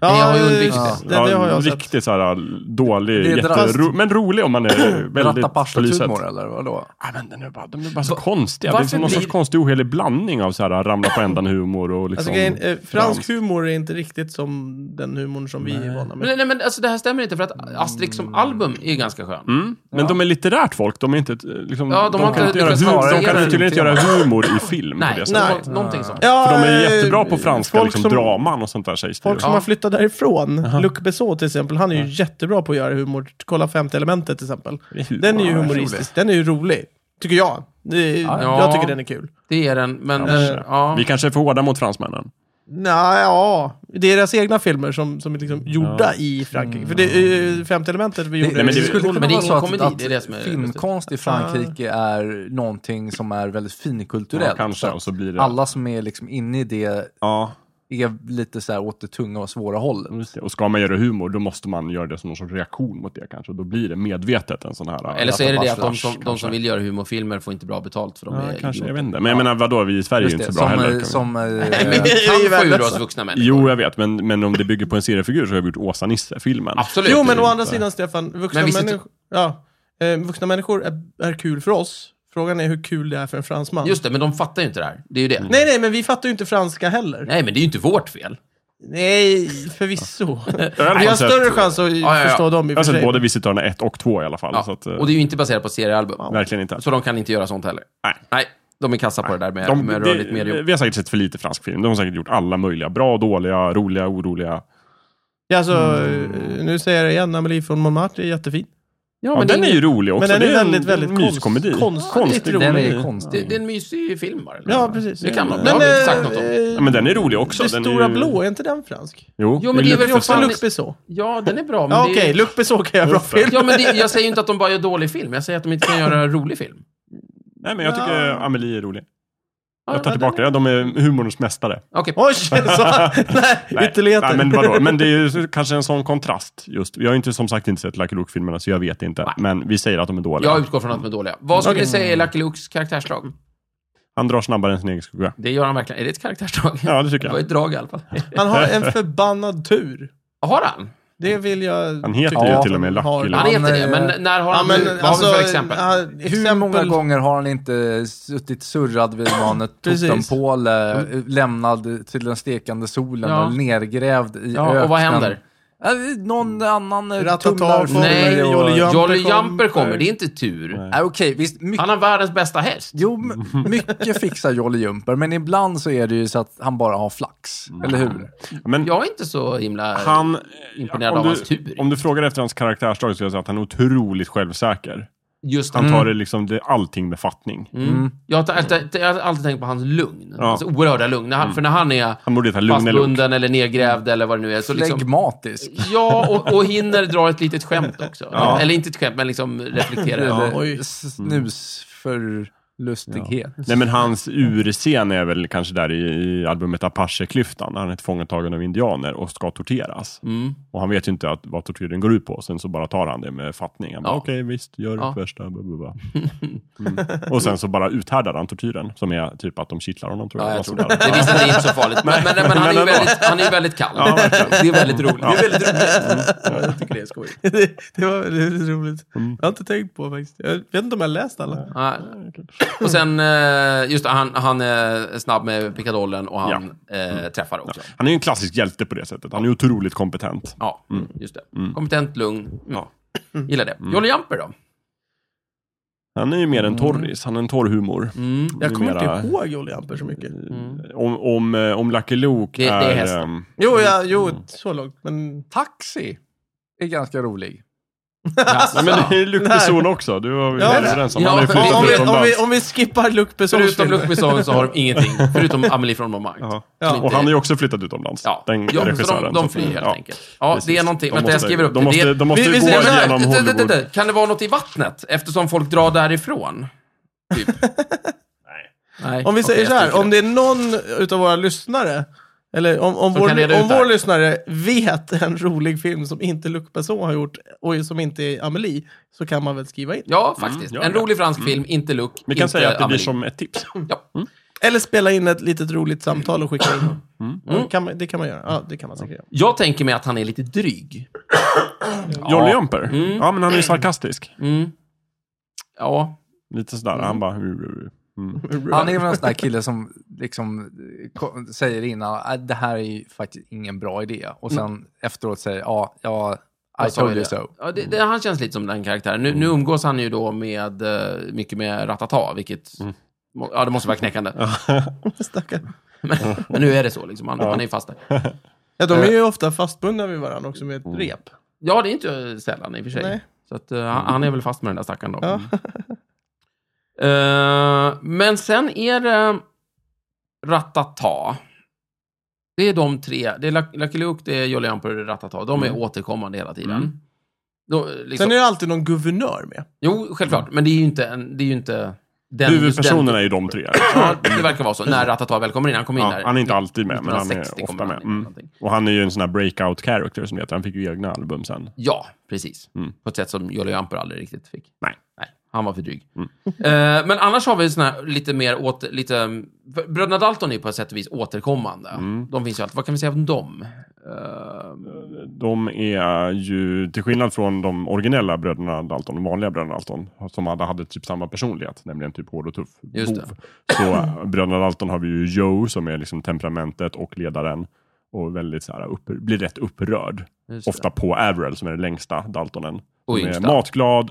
Speaker 1: Ja,
Speaker 2: Nej, jag har ju undvikit
Speaker 1: det. Det, det har jag sett.
Speaker 4: Riktigt så här dålig,
Speaker 3: Det är
Speaker 4: jättero-
Speaker 3: drast-
Speaker 4: men rolig om man är väldigt på lyset.
Speaker 3: Rattaparslet-humor eller vadå?
Speaker 4: Ja, men den är bara, de är bara så
Speaker 2: Va-
Speaker 4: konstiga. Det är
Speaker 2: varför
Speaker 4: liksom någon
Speaker 2: blir-
Speaker 4: sorts konstig ohelig blandning av så här, ramla på ändan-humor och liksom...
Speaker 1: Alltså, grejen, eh, fransk
Speaker 4: fransk.
Speaker 1: humor är inte riktigt som den humorn som vi är vana med.
Speaker 2: Men, nej, men alltså, det här stämmer inte, för att Asterix som album är ganska skön.
Speaker 4: Mm. Men de är litterärt folk, de är inte... eh, Liksom,
Speaker 2: Ja, de har
Speaker 4: kan
Speaker 2: inte
Speaker 4: göra
Speaker 2: lyckats
Speaker 4: humor,
Speaker 2: vara
Speaker 4: de kan
Speaker 2: rena
Speaker 4: tydligen inte göra humor i film på
Speaker 2: Nej,
Speaker 4: det sättet.
Speaker 2: nå- någonting sånt.
Speaker 1: Ja,
Speaker 4: För de är
Speaker 1: eh,
Speaker 4: jättebra på franska,
Speaker 1: folk
Speaker 4: liksom
Speaker 1: som-
Speaker 4: draman och sånt där sägs det ju.
Speaker 1: Folk som
Speaker 2: Ja.
Speaker 1: har flyttat därifrån, Luc Besson till exempel, han är ju jättebra på att göra humor. Kolla femte elementet till exempel.
Speaker 4: Det är humor.
Speaker 1: Den är ju
Speaker 4: Ja,
Speaker 1: humoristisk, den är ju rolig. Tycker jag. Det är,
Speaker 2: Ja.
Speaker 1: Jag tycker den är kul.
Speaker 2: Det är den, men...
Speaker 4: Kanske.
Speaker 2: eh, Ja.
Speaker 4: Vi kanske är för hårda mot fransmännen.
Speaker 1: Nej, ja. Det är deras egna filmer som, som är liksom gjorda i Frankrike. För det är eh, femte elementet vi gjorde.
Speaker 4: Mm. nej, men det-
Speaker 1: i-
Speaker 3: skulle kunna
Speaker 2: men det är
Speaker 3: vara
Speaker 2: ingen
Speaker 3: så att-
Speaker 2: komedi,
Speaker 3: att
Speaker 2: det är det som är Ah.
Speaker 3: filmkonst i Frankrike är någonting som är väldigt finkulturellt.
Speaker 4: Ja, kanske,
Speaker 3: Så att
Speaker 4: och så blir det-
Speaker 3: Alla som är liksom inne i det
Speaker 4: Ja,
Speaker 3: är lite så här åt det tunga och svåra hållet.
Speaker 4: Just Mm, det. Och ska man göra humor, då måste man göra det som någon sorts reaktion mot det kanske. Och då blir det medvetet en sån här... alltså
Speaker 2: Eller så är det det att de
Speaker 4: rattapasch,
Speaker 2: som, de
Speaker 4: kanske.
Speaker 2: som vill göra humorfilmer får inte bra betalt för de
Speaker 4: Ja,
Speaker 2: är
Speaker 4: kanske, jag
Speaker 2: idioter.
Speaker 4: vet inte. Men jag menar, vadå, vi i Sverige är ju
Speaker 3: Just
Speaker 4: inte så
Speaker 3: det,
Speaker 4: bra
Speaker 3: som,
Speaker 4: heller.
Speaker 3: eh,
Speaker 4: kan vi-
Speaker 3: som,
Speaker 2: Nej,
Speaker 3: eh,
Speaker 2: men vi
Speaker 1: Det är ju
Speaker 2: kan få ur
Speaker 1: värdelöst.
Speaker 2: oss vuxna människor.
Speaker 4: Jo, jag vet, men, men om det bygger på en seriefigur så har vi gjort Åsa-Nisse-filmen.
Speaker 2: Absolut.
Speaker 1: Jo, men å
Speaker 4: inte.
Speaker 1: andra sidan Stefan, vuxna,
Speaker 2: Men visst är det-
Speaker 1: människor, ja, eh, vuxna människor är, är kul för oss. Frågan är hur kul det är för en fransman.
Speaker 2: Just det, men de fattar ju inte det här. Det är ju det.
Speaker 1: Nej, nej, men vi fattar ju inte franska heller. Nej,
Speaker 2: Nej, men det är ju inte vårt fel.
Speaker 1: förvisso.
Speaker 4: Jag har i alla
Speaker 1: Vi har
Speaker 4: fall sett-
Speaker 1: större chans att
Speaker 2: ja, Alltså, ja.
Speaker 1: förstå dem i och
Speaker 4: Jag har
Speaker 1: för
Speaker 4: sett
Speaker 1: sig.
Speaker 4: både Visitörerna 1 och 2 i alla fall.
Speaker 2: Ja.
Speaker 4: Så att, eh,
Speaker 2: och det är ju inte baserat på seriealbum.
Speaker 4: Verkligen inte.
Speaker 2: Så de kan inte göra sånt heller.
Speaker 4: Nej.
Speaker 2: de är kassa på det där med,
Speaker 4: De,
Speaker 2: med
Speaker 4: det-
Speaker 2: rörligt medium.
Speaker 4: vi har säkert sett för lite fransk film. De har säkert gjort alla möjliga. Bra, dåliga, roliga, oroliga.
Speaker 1: Ja, Alltså,
Speaker 2: Mm.
Speaker 1: eh, nu säger jag det igen, Amelie från Montmartre är jättefin.
Speaker 2: Ja,
Speaker 4: Ja,
Speaker 2: men
Speaker 4: den
Speaker 2: det
Speaker 4: är ju rolig också.
Speaker 1: Men den
Speaker 4: det
Speaker 1: är
Speaker 4: en
Speaker 1: väldigt, väldigt konst-
Speaker 4: myskomedi.
Speaker 1: konstigt
Speaker 4: Konstig
Speaker 1: rolig.
Speaker 3: den är
Speaker 4: komedi.
Speaker 2: Det,
Speaker 3: konstig.
Speaker 2: det är en mysig film bara. eller?
Speaker 1: Ja, precis.
Speaker 2: Det kan man.
Speaker 1: Men,
Speaker 2: Det har vi inte
Speaker 1: eh,
Speaker 2: sagt något om.
Speaker 1: eh,
Speaker 4: Ja, men den är rolig också.
Speaker 1: Det
Speaker 4: Den är
Speaker 1: stora
Speaker 4: ju-
Speaker 1: blå, är inte den fransk?
Speaker 4: Jo,
Speaker 2: Jo, men det är väl
Speaker 4: Luc
Speaker 1: Så
Speaker 2: också
Speaker 4: Besson.
Speaker 2: Fan,
Speaker 1: Luc
Speaker 2: det-
Speaker 1: Besson.
Speaker 2: Ja, den är bra. Men
Speaker 1: Ja,
Speaker 2: det är-
Speaker 1: Okej, Luc Besson kan göra bra film.
Speaker 2: Ja, men det, jag säger ju inte att de bara gör dålig film. Jag säger att de inte kan göra rolig film.
Speaker 4: Nej, men jag tycker
Speaker 1: Ja.
Speaker 4: eh, Amelie är rolig.
Speaker 2: Ja,
Speaker 4: Jag tar
Speaker 2: ja,
Speaker 4: tillbaka det. De är humorns mästare.
Speaker 2: Okej.
Speaker 1: Oj, så, nej, ytterligheter.
Speaker 4: Nej, men, vadå? men det är ju kanske en sån kontrast. just. Jag har ju inte, som sagt inte sett Lucky Luke-filmerna, så jag vet inte.
Speaker 2: Nej.
Speaker 4: Men vi säger att de är dåliga.
Speaker 2: Jag utgår från att de är dåliga. Vad skulle ni säga är Lucky Lukes karaktärsdrag?
Speaker 4: Han drar snabbare än sin egen skugga.
Speaker 2: Det gör han verkligen. Är det ett karaktärsdrag?
Speaker 4: Ja, det tycker
Speaker 2: Det var
Speaker 4: jag.
Speaker 2: ett drag i alla fall.
Speaker 1: Han har en förbannad tur.
Speaker 2: Har han?
Speaker 1: Det vill jag...
Speaker 4: Han heter
Speaker 1: tycka
Speaker 4: ju
Speaker 1: att
Speaker 4: till och med
Speaker 1: han
Speaker 4: Lucky
Speaker 1: har.
Speaker 4: Luke.
Speaker 2: Han
Speaker 3: Han,
Speaker 2: heter det,
Speaker 3: eh,
Speaker 2: men när har
Speaker 1: Ja,
Speaker 2: han...
Speaker 1: men alltså,
Speaker 2: vad har vi för exempel?
Speaker 1: ja,
Speaker 3: Hur många
Speaker 1: exempel-
Speaker 3: gånger har han inte suttit surrad vid någon
Speaker 1: Precis.
Speaker 3: totempål, eh, lämnad till den stekande solen
Speaker 2: Ja.
Speaker 3: och nergrävd i
Speaker 2: Ja,
Speaker 3: öknen?
Speaker 2: och vad händer?
Speaker 3: Eh, Någon annan eh,
Speaker 1: Ratata
Speaker 3: tumlar
Speaker 1: får-
Speaker 2: Nej,
Speaker 1: Jolly
Speaker 3: och-
Speaker 1: Jumper
Speaker 2: Jolly
Speaker 1: kommer.
Speaker 2: Jumper kommer. Det är inte tur.
Speaker 3: Ja, Okej, visst. Mycket,
Speaker 2: Han har världens bästa häst.
Speaker 3: jo, m- mycket fixar Jolly Jumper, men ibland så är det ju så att han bara har flax. Eller hur?
Speaker 4: Men
Speaker 2: Jag är inte så himla...
Speaker 4: han... eh,
Speaker 2: imponerad
Speaker 4: om
Speaker 2: av
Speaker 4: du,
Speaker 2: hans tur.
Speaker 4: Om du frågar efter hans karaktärsdrag så skulle jag säga att han är otroligt självsäker.
Speaker 2: Just
Speaker 4: Han
Speaker 2: han.
Speaker 4: tar det liksom, det, allting med fattning.
Speaker 2: Mm. Jag, har, alltid- jag har alltid tänkt på hans lugn.
Speaker 4: Ja.
Speaker 2: Hans oerhörda lugn. När han, För när han är
Speaker 4: Han borde heta Lugn eller Luke.
Speaker 2: fastbunden eller nedgrävd eller vad det nu är. Så liksom,
Speaker 3: Flegmatisk.
Speaker 2: ja, och, och hinner dra ett litet skämt också.
Speaker 4: Ja.
Speaker 3: eh,
Speaker 2: Eller inte ett skämt, men liksom reflektera.
Speaker 3: Eller
Speaker 1: oj.
Speaker 3: snus för... Lustighet.
Speaker 4: Nej men hans urscen är väl kanske där i, i albumet Apache-klyftan, när han är tillfångatagen av indianer och ska torteras.
Speaker 2: Mm.
Speaker 4: Och han vet ju inte att, vad tortyren går ut på, sen så bara tar han det med fattning. Han bara,
Speaker 2: Ja.
Speaker 4: Okej, visst, gör
Speaker 2: Ja.
Speaker 4: ditt värsta. blah, blah, blah. Mm. Och sen så bara uthärdar han tortyren, som är typ att de kittlar honom. Tror Alltså,
Speaker 2: Ja, jag
Speaker 4: Och
Speaker 2: tror det.
Speaker 4: sådär.
Speaker 2: Det visar att det är inte så farligt. Men, men, men han, är ju
Speaker 4: ändå.
Speaker 2: väldigt, han är ju väldigt kall.
Speaker 4: Ja, verkligen.
Speaker 2: det är väldigt roligt.
Speaker 4: Ja.
Speaker 2: Det är väldigt roligt.
Speaker 3: Jag tycker det är skoj.
Speaker 1: det, det var väldigt roligt.
Speaker 4: Mm.
Speaker 1: Jag har inte tänkt på faktiskt. Jag vet inte om jag har läst alla.
Speaker 2: Ja. Och sen, eh, just det, han, han är snabb med pickadollen och han
Speaker 4: Mm.
Speaker 2: eh, träffar också.
Speaker 4: Han är ju en klassisk hjälte på det sättet. Han är ju otroligt kompetent.
Speaker 2: Ja,
Speaker 4: Mm.
Speaker 2: just det. Kompetent, lugn. Ja. Gillar det. Jolly Jumper då?
Speaker 4: Han är ju mer en torris, han är en torr humor.
Speaker 2: Mm.
Speaker 1: Jag kommer
Speaker 4: Numera- Mm.
Speaker 1: inte ihåg Jolly Amper så mycket.
Speaker 4: Om, om, eh, om Lucky Luke
Speaker 2: Det- det är
Speaker 4: är...
Speaker 2: hästen.
Speaker 4: ehm,
Speaker 1: Jo, ja, jo så långt. Men
Speaker 3: Taxi är ganska rolig.
Speaker 4: Nej, men det är ju Luke
Speaker 1: Nej.
Speaker 4: Besson också. Du var vi
Speaker 1: Ja, det-
Speaker 4: överens om.
Speaker 2: Alltså, ja,
Speaker 4: Han är ju
Speaker 2: om-
Speaker 1: om,
Speaker 4: flyttat
Speaker 1: vi, om,
Speaker 4: utomlands.
Speaker 1: vi, om vi skippar Luc Bessons
Speaker 2: Förutom
Speaker 1: film.
Speaker 2: Luc Besson så har de ingenting. Förutom Amelie från Montmartre.
Speaker 4: Ja.
Speaker 1: Ja.
Speaker 2: Som
Speaker 4: Och han
Speaker 2: inte-
Speaker 4: är ju också flyttat utomlands,
Speaker 2: Ja,
Speaker 4: den
Speaker 2: ja så
Speaker 4: regissören.
Speaker 2: de,
Speaker 4: Så
Speaker 2: de
Speaker 4: att-
Speaker 2: flyr helt
Speaker 4: ja,
Speaker 2: enkelt. Ja, det
Speaker 4: precis.
Speaker 2: är någonting.
Speaker 4: De
Speaker 2: Vänta, jag
Speaker 4: måste-
Speaker 2: skriver upp
Speaker 4: de måste,
Speaker 2: det.
Speaker 4: De måste
Speaker 1: Vi- vi
Speaker 4: gå
Speaker 1: säger så här,
Speaker 4: igenom
Speaker 2: det, det, det,
Speaker 4: Hollywood.
Speaker 2: det. Kan det vara något i vattnet? Eftersom folk drar därifrån? Typ. Nej.
Speaker 1: Om vi säger
Speaker 2: Okej,
Speaker 1: så
Speaker 2: jag
Speaker 1: här,
Speaker 2: stryker
Speaker 1: om det är någon utav våra lyssnare, eller om, om,
Speaker 2: Som
Speaker 1: vår,
Speaker 2: kan reda ut
Speaker 1: om
Speaker 2: det här.
Speaker 1: vår lyssnare vet en rolig film som inte Luc Besson har gjort och som inte är Amelie, så kan man väl skriva in.
Speaker 2: Ja, faktiskt.
Speaker 4: Mm, ja,
Speaker 2: en
Speaker 4: ja.
Speaker 2: rolig fransk film, inte Luc,
Speaker 4: Vi kan
Speaker 2: inte
Speaker 4: säga att det blir
Speaker 2: Amelie.
Speaker 4: som ett tips.
Speaker 2: Ja.
Speaker 1: Eller spela in ett litet roligt samtal och skicka in.
Speaker 4: Mm.
Speaker 1: Ja, Kan man, det kan man göra. Ja, det kan man säkert göra.
Speaker 2: Jag tänker mig att han är lite dryg.
Speaker 4: Jolly Jumper. Ja, men han är ju sarkastisk.
Speaker 2: Mm. Ja.
Speaker 4: Lite sådär. Han bara... "Hu, hu, hu." Mm.
Speaker 3: Han är väl en sån där kille som liksom eh, ko- säger innan, "Äh, det här är ju faktiskt ingen bra idé. Och sen efteråt säger, ja, ja, I
Speaker 2: Jag sa ju
Speaker 3: told you
Speaker 2: det.
Speaker 3: so.
Speaker 2: Ja, det, det, han känns lite som den karaktären. Nu, nu
Speaker 4: Mm.
Speaker 2: umgås han ju då med eh, mycket med Ratata, vilket...
Speaker 4: Mm.
Speaker 2: må- Ja, det måste vara knäckande.
Speaker 1: Stackarn.
Speaker 2: Men, men nu är det så, liksom. Han, han är ju fast där.
Speaker 1: Ja, de är ju
Speaker 2: Eh.
Speaker 1: ofta fastbundna vid varandra också med ett
Speaker 2: Mm.
Speaker 1: rep.
Speaker 2: Ja, det är inte sällan i och för sig.
Speaker 1: Nej. Mm.
Speaker 2: Så att, eh, han, han är väl fast med den där stackaren då.
Speaker 1: Ja.
Speaker 2: Eh, men sen är det Ratata. Det är de tre. Det är Luck- Lucky Luke, det är Jolly Jumper och Ratata. De är
Speaker 4: Mm.
Speaker 2: återkommande hela tiden. Då, eh, liksom,
Speaker 1: Sen är ju alltid någon guvernör med.
Speaker 2: Jo, självklart. Men det är ju inte, en, det är ju inte den...
Speaker 4: Huvudpersonen är
Speaker 2: just
Speaker 4: ju de tre.
Speaker 2: den- Ja, det verkar vara så. När Ratata väl kommer in. Han kommer in
Speaker 4: Ja,
Speaker 2: där.
Speaker 4: han är inte alltid med, men han
Speaker 2: 1960
Speaker 4: är
Speaker 2: kommer
Speaker 4: ofta
Speaker 2: han
Speaker 4: med.
Speaker 2: in eller
Speaker 4: Mm.
Speaker 2: någonting.
Speaker 4: Och han är ju en sån här breakout character som det heter. Han fick ju egna album sen.
Speaker 2: Ja, precis.
Speaker 4: Mm.
Speaker 2: På ett sätt som Jolly Jumper aldrig riktigt fick.
Speaker 4: Nej. Mm.
Speaker 2: Nej, han var för dryg. Eh, men annars har vi såna här lite mer åter... Lite, för Bröderna Dalton är ju på ett sätt och vis återkommande.
Speaker 4: Mm.
Speaker 2: De finns ju alltid. Vad kan vi säga om dem? Eh,
Speaker 4: De är ju, till skillnad från de originella bröderna Dalton, de vanliga bröderna Dalton, som alla hade typ samma personlighet, nämligen typ hård och tuff.
Speaker 2: Just det.
Speaker 4: bov. Så äh, bröderna Dalton har vi ju Joe som är liksom temperamentet och ledaren och väldigt så här, upp, blir rätt upprörd.
Speaker 2: just det.
Speaker 4: Ofta på Averill som är den längsta Daltonen.
Speaker 2: Och
Speaker 4: Som är
Speaker 2: yngsta.
Speaker 4: matglad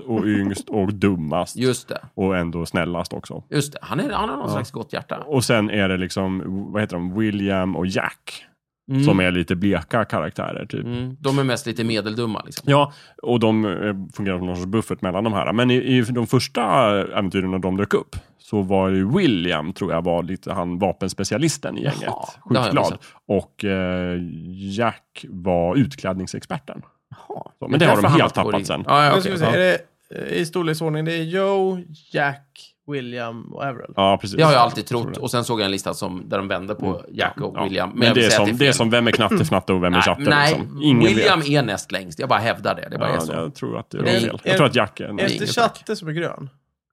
Speaker 4: och yngst och dummast
Speaker 2: Just det.
Speaker 4: och ändå snällast också.
Speaker 2: Just det. Han, är, han har någon slags gott hjärta.
Speaker 4: Och sen är det liksom, vad heter de, William och Jack.
Speaker 2: Mm.
Speaker 4: Som är lite bleka karaktärer typ.
Speaker 2: Mm. De är mest lite medeldumma. Liksom.
Speaker 4: Ja, och de eh, fungerar som någon sorts buffert mellan de här. Men i, i de första äventyren när de dök upp så var ju William, tror jag, var lite han vapenspecialisten i gänget.
Speaker 2: Jaha, det har jag
Speaker 4: Sjukt glad.
Speaker 2: missat.
Speaker 4: Och eh, Jack var utklädningsexperten.
Speaker 2: Jaha.
Speaker 4: Så, men det har
Speaker 2: därför
Speaker 4: de
Speaker 2: han
Speaker 4: helt
Speaker 2: var på
Speaker 4: tappat
Speaker 2: det.
Speaker 4: sen.
Speaker 2: Ja, ja,
Speaker 1: Nu ska
Speaker 2: okej.
Speaker 1: vi se, är det, eh, I storleksordning, det är Joe, Jack, William och Averill.
Speaker 4: Ja, precis.
Speaker 2: Det har jag alltid
Speaker 4: Tror
Speaker 2: trott.
Speaker 4: det. Mm.
Speaker 2: Och sen såg jag en lista som, där de vände på Jack och
Speaker 4: Ja.
Speaker 2: William.
Speaker 4: Men,
Speaker 2: jag vill
Speaker 4: det, är
Speaker 2: säga
Speaker 4: som,
Speaker 2: att
Speaker 4: det är
Speaker 2: fel.
Speaker 4: som vem är knattefnatte och vem är tjatte.
Speaker 2: Nej,
Speaker 4: liksom. Ingen
Speaker 2: William
Speaker 4: vet.
Speaker 2: är näst längst. Jag bara hävdar det. Det bara är
Speaker 4: Ja,
Speaker 2: så.
Speaker 4: jag tror att det är
Speaker 1: Det är-
Speaker 4: fel.
Speaker 1: är-
Speaker 4: Jag tror att Jack är...
Speaker 1: Är det
Speaker 4: Nej.
Speaker 1: inte
Speaker 2: inget
Speaker 1: Chatte som är grön?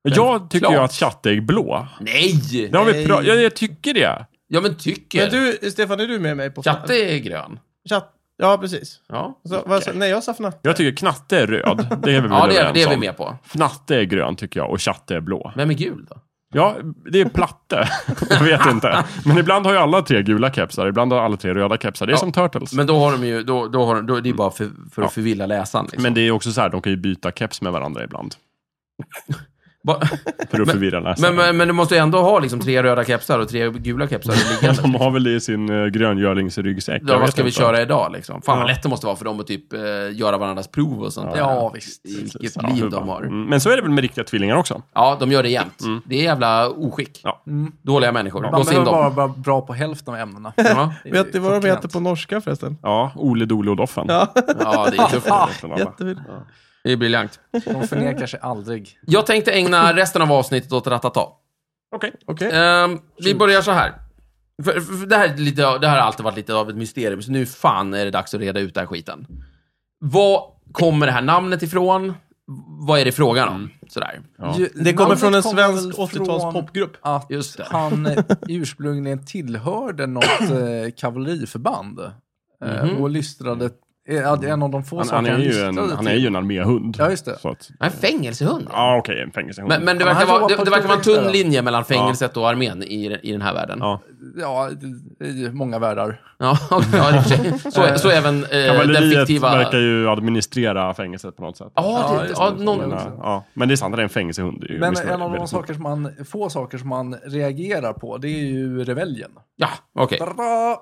Speaker 4: Jag tycker ju
Speaker 2: Klart.
Speaker 4: att Chatte är blå.
Speaker 2: Nej!
Speaker 4: Det har vi
Speaker 1: Nej.
Speaker 4: pra- jag, jag tycker det.
Speaker 2: Ja, men tycker.
Speaker 1: Men du, Stefan, är du med mig på...
Speaker 2: Chatte är grön.
Speaker 1: Chatt, ja, precis.
Speaker 2: Ja,
Speaker 1: Så, vad, sa- nej, jag sa fnatt.
Speaker 4: Jag tycker knatte är röd. Det är vi väl
Speaker 2: ja det, är,
Speaker 4: överens
Speaker 2: det är vi
Speaker 4: om.
Speaker 2: med på.
Speaker 4: Fnatte är grön tycker jag och chatte är blå.
Speaker 2: Vem är gul då?
Speaker 4: Ja, det är platte. jag vet inte. Men ibland har ju alla tre gula kepsar, ibland har alla tre röda kepsar. Det är
Speaker 2: Ja,
Speaker 4: som Turtles. Men,
Speaker 2: Men då har de ju, då, då har de, då är det ju bara för, för att förvilla läsaren. Liksom.
Speaker 4: det är också så här, de kan ju byta keps med varandra ibland.
Speaker 2: Ba-
Speaker 4: För att förvirra läsaren.
Speaker 2: men, men, men du måste ju ändå ha liksom tre röda kepsar och tre gula kepsar liggande.
Speaker 4: de har väl det i sin uh, gröngörlingsryggsäck.
Speaker 2: Ja,
Speaker 4: jag
Speaker 2: vad
Speaker 4: vet
Speaker 2: ska vi
Speaker 4: inte.
Speaker 2: köra idag liksom? Fan vad lätt det måste vara för dem att typ eh, göra varandras prov och sånt där.
Speaker 3: Ja, visst.
Speaker 2: Vilket
Speaker 4: Ja,
Speaker 2: liv
Speaker 4: hur
Speaker 2: de
Speaker 4: va?
Speaker 2: har.
Speaker 4: Mm, Men så är det väl med riktiga tvillingar också.
Speaker 2: Ja, de gör det jämt. Det är jävla oskick.
Speaker 4: Ja.
Speaker 2: Dåliga människor.
Speaker 3: Man
Speaker 2: Lås in
Speaker 3: behöver bara
Speaker 2: dem.
Speaker 3: vara bra på hälften av ämnena.
Speaker 2: Ja.
Speaker 1: Vet ni vad de
Speaker 3: Klockrent.
Speaker 1: heter på norska förresten?
Speaker 4: Ja, Ole Dole och Doffen.
Speaker 1: Ja,
Speaker 2: ja, Ah, det är tufft.
Speaker 1: jättefint.
Speaker 2: Det är briljant.
Speaker 3: De förnekar sig aldrig.
Speaker 2: Jag tänkte ägna resten av avsnittet åt Ratata.
Speaker 4: Okej.
Speaker 1: Okej.
Speaker 2: Ehm, vi börjar så här. För, för, för det, här är lite, av- det här har alltid varit lite av ett mysterium, så nu fan är det dags att reda ut den här skiten. Vad kommer det här namnet ifrån? Vad är det frågan om? Sådär.
Speaker 4: Ja.
Speaker 3: Ju-
Speaker 1: Det kommer
Speaker 3: namnet
Speaker 1: från en
Speaker 3: väl
Speaker 1: svensk
Speaker 3: från
Speaker 1: 80-tals popgrupp.
Speaker 3: Att
Speaker 2: Just det.
Speaker 3: han eh, ursprungligen tillhörde något eh, kavalleriförband. Eh,
Speaker 2: Mhm.
Speaker 3: Och lystrade... Eh, ja, det är en av de få
Speaker 4: Han,
Speaker 3: saker
Speaker 4: han, är ju en,
Speaker 3: lystrade
Speaker 4: han
Speaker 3: till.
Speaker 4: är ju en arméhund.
Speaker 3: Ja, just det.
Speaker 4: Så att,
Speaker 2: En fängelsehund.
Speaker 4: ja, okej, en fängelsehund.
Speaker 2: Men, men det
Speaker 3: Ja,
Speaker 2: verkar,
Speaker 3: han
Speaker 2: vara,
Speaker 3: jobbar
Speaker 2: det,
Speaker 3: på
Speaker 2: det verkar vara en
Speaker 3: ett
Speaker 2: tunn
Speaker 3: projekt
Speaker 2: linje mellan fängelset och armén i, i den här världen. Ja,
Speaker 4: ja.
Speaker 3: Ja, i- i många världar.
Speaker 2: ja i och för sig. så, så även eh, den
Speaker 4: Kavalleriet
Speaker 2: fiktiva...
Speaker 4: verkar ju administrera fängelset på något sätt.
Speaker 2: Ja,
Speaker 3: Ja,
Speaker 2: det,
Speaker 3: just
Speaker 2: ja,
Speaker 3: det.
Speaker 4: Men,
Speaker 2: någon,
Speaker 4: äh, ja. men det är sant, det är en fängelsehund. Det är ju
Speaker 3: Men
Speaker 4: missnöjd-
Speaker 3: en av de
Speaker 4: väldigt
Speaker 3: saker som man, få saker som man reagerar på, det är ju reveljen.
Speaker 2: ja okej.
Speaker 3: Tada!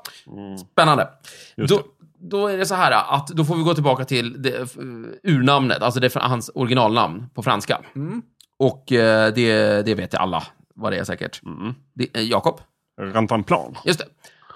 Speaker 2: Spännande.
Speaker 4: Just
Speaker 2: Då, då är det så här att då får vi gå tillbaka till det, eh, urnamnet, alltså det är fr- hans originalnamn på franska.
Speaker 4: Mm.
Speaker 2: Och eh, det, det vet alla vad det är säkert.
Speaker 4: Mm.
Speaker 2: Det är Jakob,
Speaker 4: Rantanplan.
Speaker 2: just det.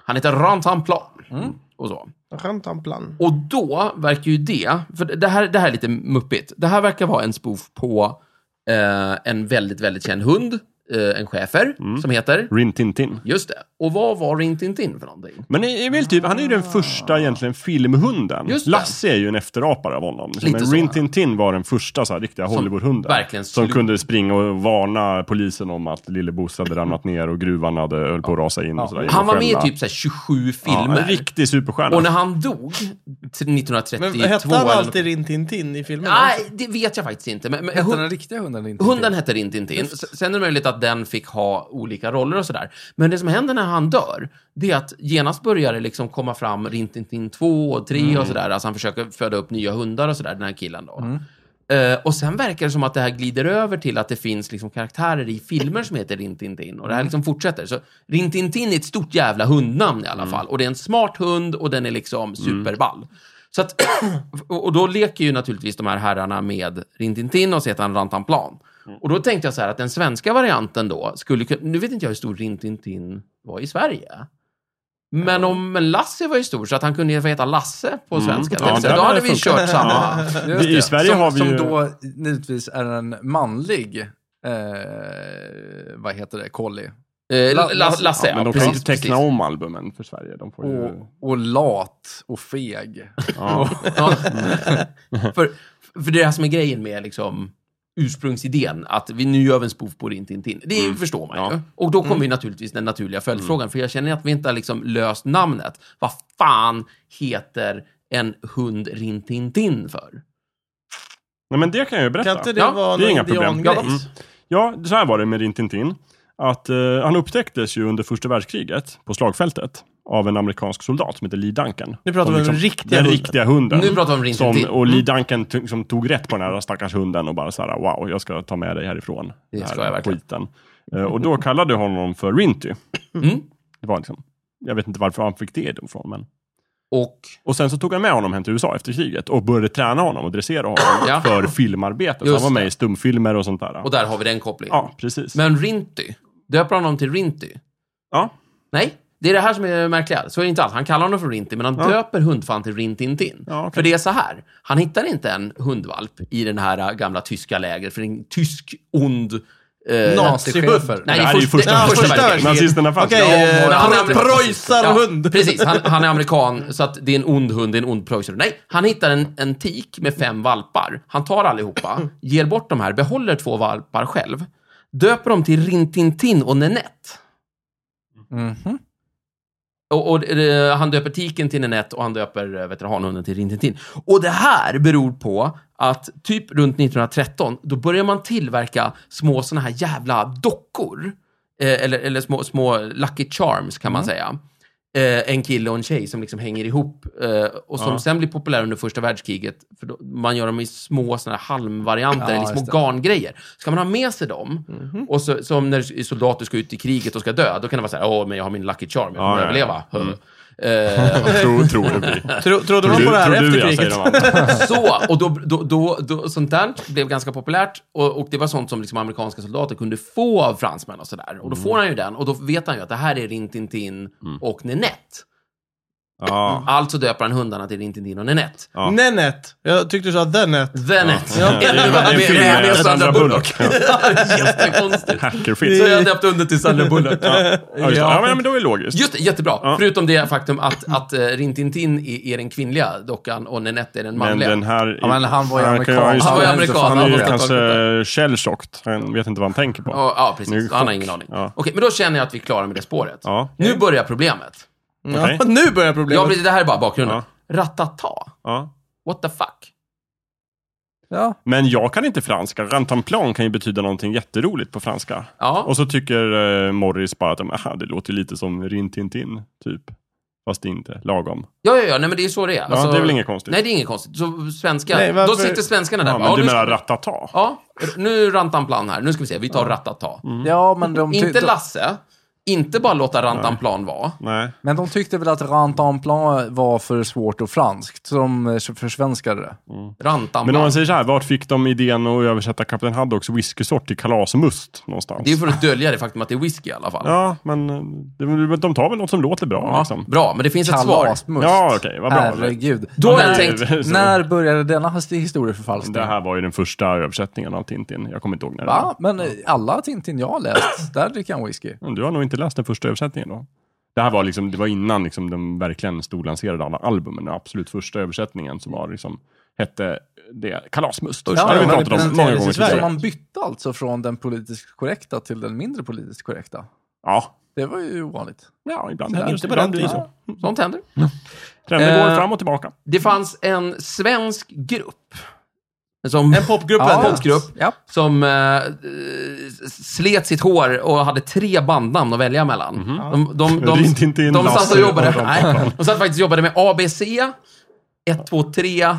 Speaker 2: Han heter Rantanplan.
Speaker 4: Mm.
Speaker 2: Och så.
Speaker 1: Skönt han plan.
Speaker 2: Och då verkar ju det, för det här, det här är lite muppigt, det här verkar vara en spoof på eh, en väldigt, väldigt känd hund, eh, en schäfer,
Speaker 4: Mm.
Speaker 2: som heter...
Speaker 4: Rintintin.
Speaker 2: Just det. Och vad var Rintintin för någonting?
Speaker 4: Men det är väl typ, han är ju den första egentligen filmhunden.
Speaker 2: Mm. Just det.
Speaker 4: Lasse är ju en efterapare av honom. Så,
Speaker 2: Lite
Speaker 4: men
Speaker 2: så, ja.
Speaker 4: Rintintin var den första så här, riktiga Hollywoodhunden.
Speaker 2: verkligen
Speaker 4: som
Speaker 2: slog-
Speaker 4: kunde springa och varna polisen om att Lillebos hade ramlat ner och gruvan hade höll på att rasa in. Och så där, genom
Speaker 2: Han var med i
Speaker 4: fälla.
Speaker 2: typ så här 27
Speaker 4: Ja, en
Speaker 2: filmer.
Speaker 4: riktig superstjärna.
Speaker 2: Och när han dog, t- 1932
Speaker 1: Men hette han
Speaker 2: eller-
Speaker 1: alltid Rintintin i filmen?
Speaker 2: Nej, det vet jag faktiskt inte. Men, men,
Speaker 3: Hette
Speaker 2: hund,
Speaker 3: den riktiga hunden eller inte?
Speaker 2: hunden hette Rintintin. S- Sen är det möjligt att den fick ha olika roller och sådär. Men det som händer när han dör, det är att genast börjar det liksom komma fram Rintintin 2 och 3 och sådär. Alltså han försöker föda upp nya hundar och sådär, den här killen då. Eh, och sen verkar det som att det här glider över till att det finns liksom karaktärer i filmer som heter Rintintin. Och det här
Speaker 4: Mm.
Speaker 2: liksom fortsätter. Så Rintintin är ett stort jävla hundnamn i alla
Speaker 4: Mm.
Speaker 2: fall. Och det är en smart hund och den är liksom superball. Så att, och och då leker ju naturligtvis de här herrarna med Rintintin och så heter han Rantanplan.
Speaker 4: Mm.
Speaker 2: Och då tänkte jag så här att den svenska varianten då skulle kunna... Nu vet inte jag hur stor Rintintin var i Sverige. Men, om, men Lasse var ju stor, så att han kunde heta Lasse på svenska.
Speaker 4: Mm. Ja,
Speaker 2: Men så
Speaker 4: det
Speaker 2: då
Speaker 4: hade
Speaker 2: hade vi
Speaker 4: funkat.
Speaker 2: kört samma.
Speaker 3: Just
Speaker 4: I
Speaker 3: det.
Speaker 4: Sverige
Speaker 3: som,
Speaker 4: har vi
Speaker 3: Som
Speaker 4: ju-
Speaker 3: då givetvis är en manlig, eh, vad heter det, collie.
Speaker 2: Eh, La, La,
Speaker 3: Lasse.
Speaker 2: Lasse,
Speaker 4: ja, men de kan ju inte
Speaker 2: precis,
Speaker 4: teckna
Speaker 2: precis.
Speaker 4: om albumen för Sverige. De får ju...
Speaker 3: Och, och lat och feg.
Speaker 4: Ja.
Speaker 2: Ja. för, för det är det här som är grejen med liksom, ursprungsidén, att vi nu gör vi en spoof på Rintintin. Det förstår man ju.
Speaker 4: Mm. Ja. Mm.
Speaker 2: Och då kommer ju naturligtvis den naturliga följdfrågan, för jag känner att vi inte har liksom löst namnet. Vad fan heter en hund Rintintin för?
Speaker 4: Nej, men det kan jag ju berätta.
Speaker 1: Kan inte det
Speaker 2: Ja,
Speaker 1: vara
Speaker 4: det är
Speaker 1: någon
Speaker 4: inga problem.
Speaker 1: indiangrej?
Speaker 4: Ja, mm. Ja, så här var det med Rintintin. Att eh, han upptäcktes ju under första världskriget på slagfältet av en amerikansk soldat som heter Lee Duncan.
Speaker 1: Nu pratar
Speaker 4: Som liksom
Speaker 1: vi om den riktiga
Speaker 4: den
Speaker 1: hunden.
Speaker 4: riktiga hunden.
Speaker 2: Nu pratar vi om Rintintin.
Speaker 4: Mm. som, Och Lee Duncan t- som tog rätt på den här stackars hunden och bara så här, wow, jag ska ta med dig härifrån.
Speaker 2: Det
Speaker 4: den här
Speaker 2: ska jag verkligen.
Speaker 4: Skiten. Eh, och då kallade honom för Rinty.
Speaker 2: Mm.
Speaker 4: Det var liksom, jag vet inte varför han fick det ifrån, men
Speaker 2: Och
Speaker 4: och sen så tog han med honom hem till USA efter kriget och började träna honom och dressera honom
Speaker 2: Ja.
Speaker 4: för filmarbetet. Så
Speaker 2: Just
Speaker 4: han var med
Speaker 2: det.
Speaker 4: i stumfilmer och sånt där.
Speaker 2: Och där har vi den kopplingen.
Speaker 4: Ja, precis.
Speaker 2: Men Rinty, döper honom till Rinty?
Speaker 4: Ja.
Speaker 2: Nej, det är det här som är märkliga. Så är det inte alls. Han kallar honom för Rinty, men han döper hundfan till Rintintin.
Speaker 4: Ja, okej.
Speaker 2: För det är så här, han hittar inte en hundvalp i den här äh, gamla tyska lägret, för det är en tysk, ond... Eh,
Speaker 3: Nazichefer.
Speaker 2: Nej,
Speaker 4: det här är ju
Speaker 2: först-
Speaker 4: första,
Speaker 2: det är
Speaker 1: första
Speaker 4: världskriget.
Speaker 1: världskriget.
Speaker 4: Nazisterna fanns.
Speaker 1: Okej,
Speaker 4: Ja.
Speaker 1: eh,
Speaker 2: men han är
Speaker 1: pre-
Speaker 2: amerikan.
Speaker 1: preussarhund.
Speaker 2: Ja, precis, han, han är amerikan, så att det är en ond hund, det är en ond preussare. Nej, han hittar en, en tik med fem valpar. Han tar allihopa, ger bort de här, behåller två valpar själv, döper dem till Rintintin och Nenette.
Speaker 3: Mhm.
Speaker 2: Och, och eh, han döper tiken till Nenette och han döper eh, veteranhunden till Rintintin. Och det här beror på att typ runt 1913, då börjar man tillverka små såna här jävla dockor. Eh, eller eller små, små lucky charms kan man säga. Eh, en kille och en tjej som liksom hänger ihop eh, och som
Speaker 4: Ja.
Speaker 2: sen blir populära under första världskriget. För då, man gör dem i små såna här halmvarianter,
Speaker 3: Ja,
Speaker 2: eller små
Speaker 3: just det.
Speaker 2: garngrejer. Ska man ha med sig dem, och så, som när soldater ska ut i kriget och ska dö, då kan det vara så här, åh, men jag har min lucky charm, jag kommer
Speaker 4: Ja, ja,
Speaker 2: överleva. Eh,
Speaker 4: Tror, tror vi.
Speaker 1: Tro, trodde man på det här efter kriget?
Speaker 2: Eh, så, och då, då, då, då, sånt där blev ganska populärt. Och, och det var sånt som liksom amerikanska soldater kunde få av fransmän och sådär. Och då får han ju den, och då vet han ju att det här är Rintintin och Ninette.
Speaker 5: Ja.
Speaker 2: Alltså döper han hundarna till Intendino Nenette.
Speaker 5: Ja.
Speaker 1: Nenet. Jag tyckte du sa The Net.
Speaker 2: The Net.
Speaker 1: Ja.
Speaker 2: Ännu
Speaker 1: Det
Speaker 5: är en film
Speaker 2: värre
Speaker 5: med
Speaker 2: med Sandra
Speaker 5: Sandra
Speaker 2: Bullock.
Speaker 5: Bullock.
Speaker 2: Jättekonstigt.
Speaker 4: Hackerfilm.
Speaker 2: Så jag döpte hunden till Sandra Bullock.
Speaker 4: Ja, just det. ja, men, ja, men då är det logiskt.
Speaker 2: Just det, jättebra.
Speaker 4: Ja.
Speaker 2: Förutom det faktum att, att eh, Rintintin är, är den kvinnliga dockan och Nenette är den
Speaker 4: Men
Speaker 2: manliga.
Speaker 4: den här...
Speaker 3: Ja, men han var ju
Speaker 4: kan ju-
Speaker 3: amerikan.
Speaker 4: just det.
Speaker 2: Han var ju
Speaker 4: Han är ju
Speaker 2: amerikan, han måste ha
Speaker 4: kanske shellshocked. Han vet inte vad han tänker på.
Speaker 2: Ja, ja, precis.
Speaker 4: Nu är
Speaker 2: han har
Speaker 4: chock.
Speaker 2: ingen aning.
Speaker 4: Ja.
Speaker 2: Okej, men då känner jag att vi är klara med det spåret.
Speaker 4: Ja.
Speaker 2: Nu börjar problemet.
Speaker 1: Ja,
Speaker 4: Okej.
Speaker 1: Nu börjar problemet.
Speaker 2: Ja, precis, det här är bara bakgrunden. Ratata.
Speaker 4: Ja.
Speaker 2: What the fuck?
Speaker 3: Ja.
Speaker 4: Men jag kan inte franska. Rantanplan kan ju betyda någonting jätteroligt på franska.
Speaker 2: Ja.
Speaker 4: Och så tycker eh, Morris bara att aha, det låter ju lite som Rintintin, typ. Fast det är inte lagom.
Speaker 2: ja, ja, ja. Nej, men det är så det är. Alltså,
Speaker 4: Ja, det är väl inget konstigt.
Speaker 2: Nej, det är inget konstigt. Så svenska...
Speaker 1: Nej,
Speaker 2: då
Speaker 1: varför-
Speaker 2: sitter svenskarna där.
Speaker 4: Ja,
Speaker 2: och
Speaker 4: men
Speaker 2: bara,
Speaker 4: du
Speaker 2: nu ska-
Speaker 4: menar ratata?
Speaker 2: Ja, nu Rantanplan här. Nu ska vi se, vi tar Ratata.
Speaker 4: Mm.
Speaker 3: ja, men de, tyck-
Speaker 2: Inte
Speaker 3: de-
Speaker 2: Lasse, inte bara låta Rantanplan vara.
Speaker 4: Nej.
Speaker 3: men de tyckte väl att Rantanplan var för svårt och franskt, så de eh, försvenskade det.
Speaker 4: Men om
Speaker 2: Rantanplan.
Speaker 4: man säger så här, vart fick de idén att översätta Kapten Haddocks whiskysort till kalasmust någonstans?
Speaker 2: Det är ju för att dölja det faktum att det är whisky i alla fall.
Speaker 4: Ja, men eh, det- de tar väl något som låter bra.
Speaker 2: Ja,
Speaker 4: Liksom.
Speaker 2: Bra, men det finns ett svar.
Speaker 3: Kalasmust.
Speaker 4: Ja, okej, vad bra.
Speaker 3: Herregud.
Speaker 2: Då har jag
Speaker 3: när,
Speaker 2: tänkt,
Speaker 4: Så-
Speaker 3: när började denna hast- historieförfalskning?
Speaker 4: Det här var ju den första översättningen av Tintin. Jag kommer inte ihåg när det
Speaker 3: Va? Men eh, alla Tintin jag har läst, där dricker han whisky.
Speaker 4: var. Du har nog inte läst den första översättningen då? Det här var, liksom, det var innan liksom de verkligen storlanserade alla albumen. Den absolut första översättningen som var liksom, hette det Kalasmust. Det har vi
Speaker 3: men
Speaker 4: pratat om många
Speaker 3: presenterades i
Speaker 4: gånger
Speaker 3: Sverige. Så
Speaker 4: tidigare.
Speaker 3: man bytte alltså från den politiskt korrekta till den mindre politiskt korrekta.
Speaker 4: Ja,
Speaker 3: Det var ju ovanligt.
Speaker 4: ja ibland
Speaker 1: Så
Speaker 4: är det
Speaker 1: inte
Speaker 4: så.
Speaker 1: på
Speaker 4: Ibland
Speaker 1: den
Speaker 4: blir det
Speaker 1: tiden.
Speaker 4: så.
Speaker 2: Sånt händer.
Speaker 4: Trenden går
Speaker 2: Eh,
Speaker 4: fram och tillbaka.
Speaker 2: Det fanns en svensk grupp. Som,
Speaker 1: En popgrupp
Speaker 2: En
Speaker 1: hette
Speaker 2: popgrupp.
Speaker 3: Ja.
Speaker 2: Som eh, slet sitt hår och hade tre bandnamn att välja mellan. De, de, de,
Speaker 4: Rintintin,
Speaker 2: de satt och
Speaker 4: Lasse
Speaker 2: jobbade,
Speaker 4: och Rantanplan.
Speaker 2: nej, de satt faktiskt och jobbade med ABC, 1, 2, 3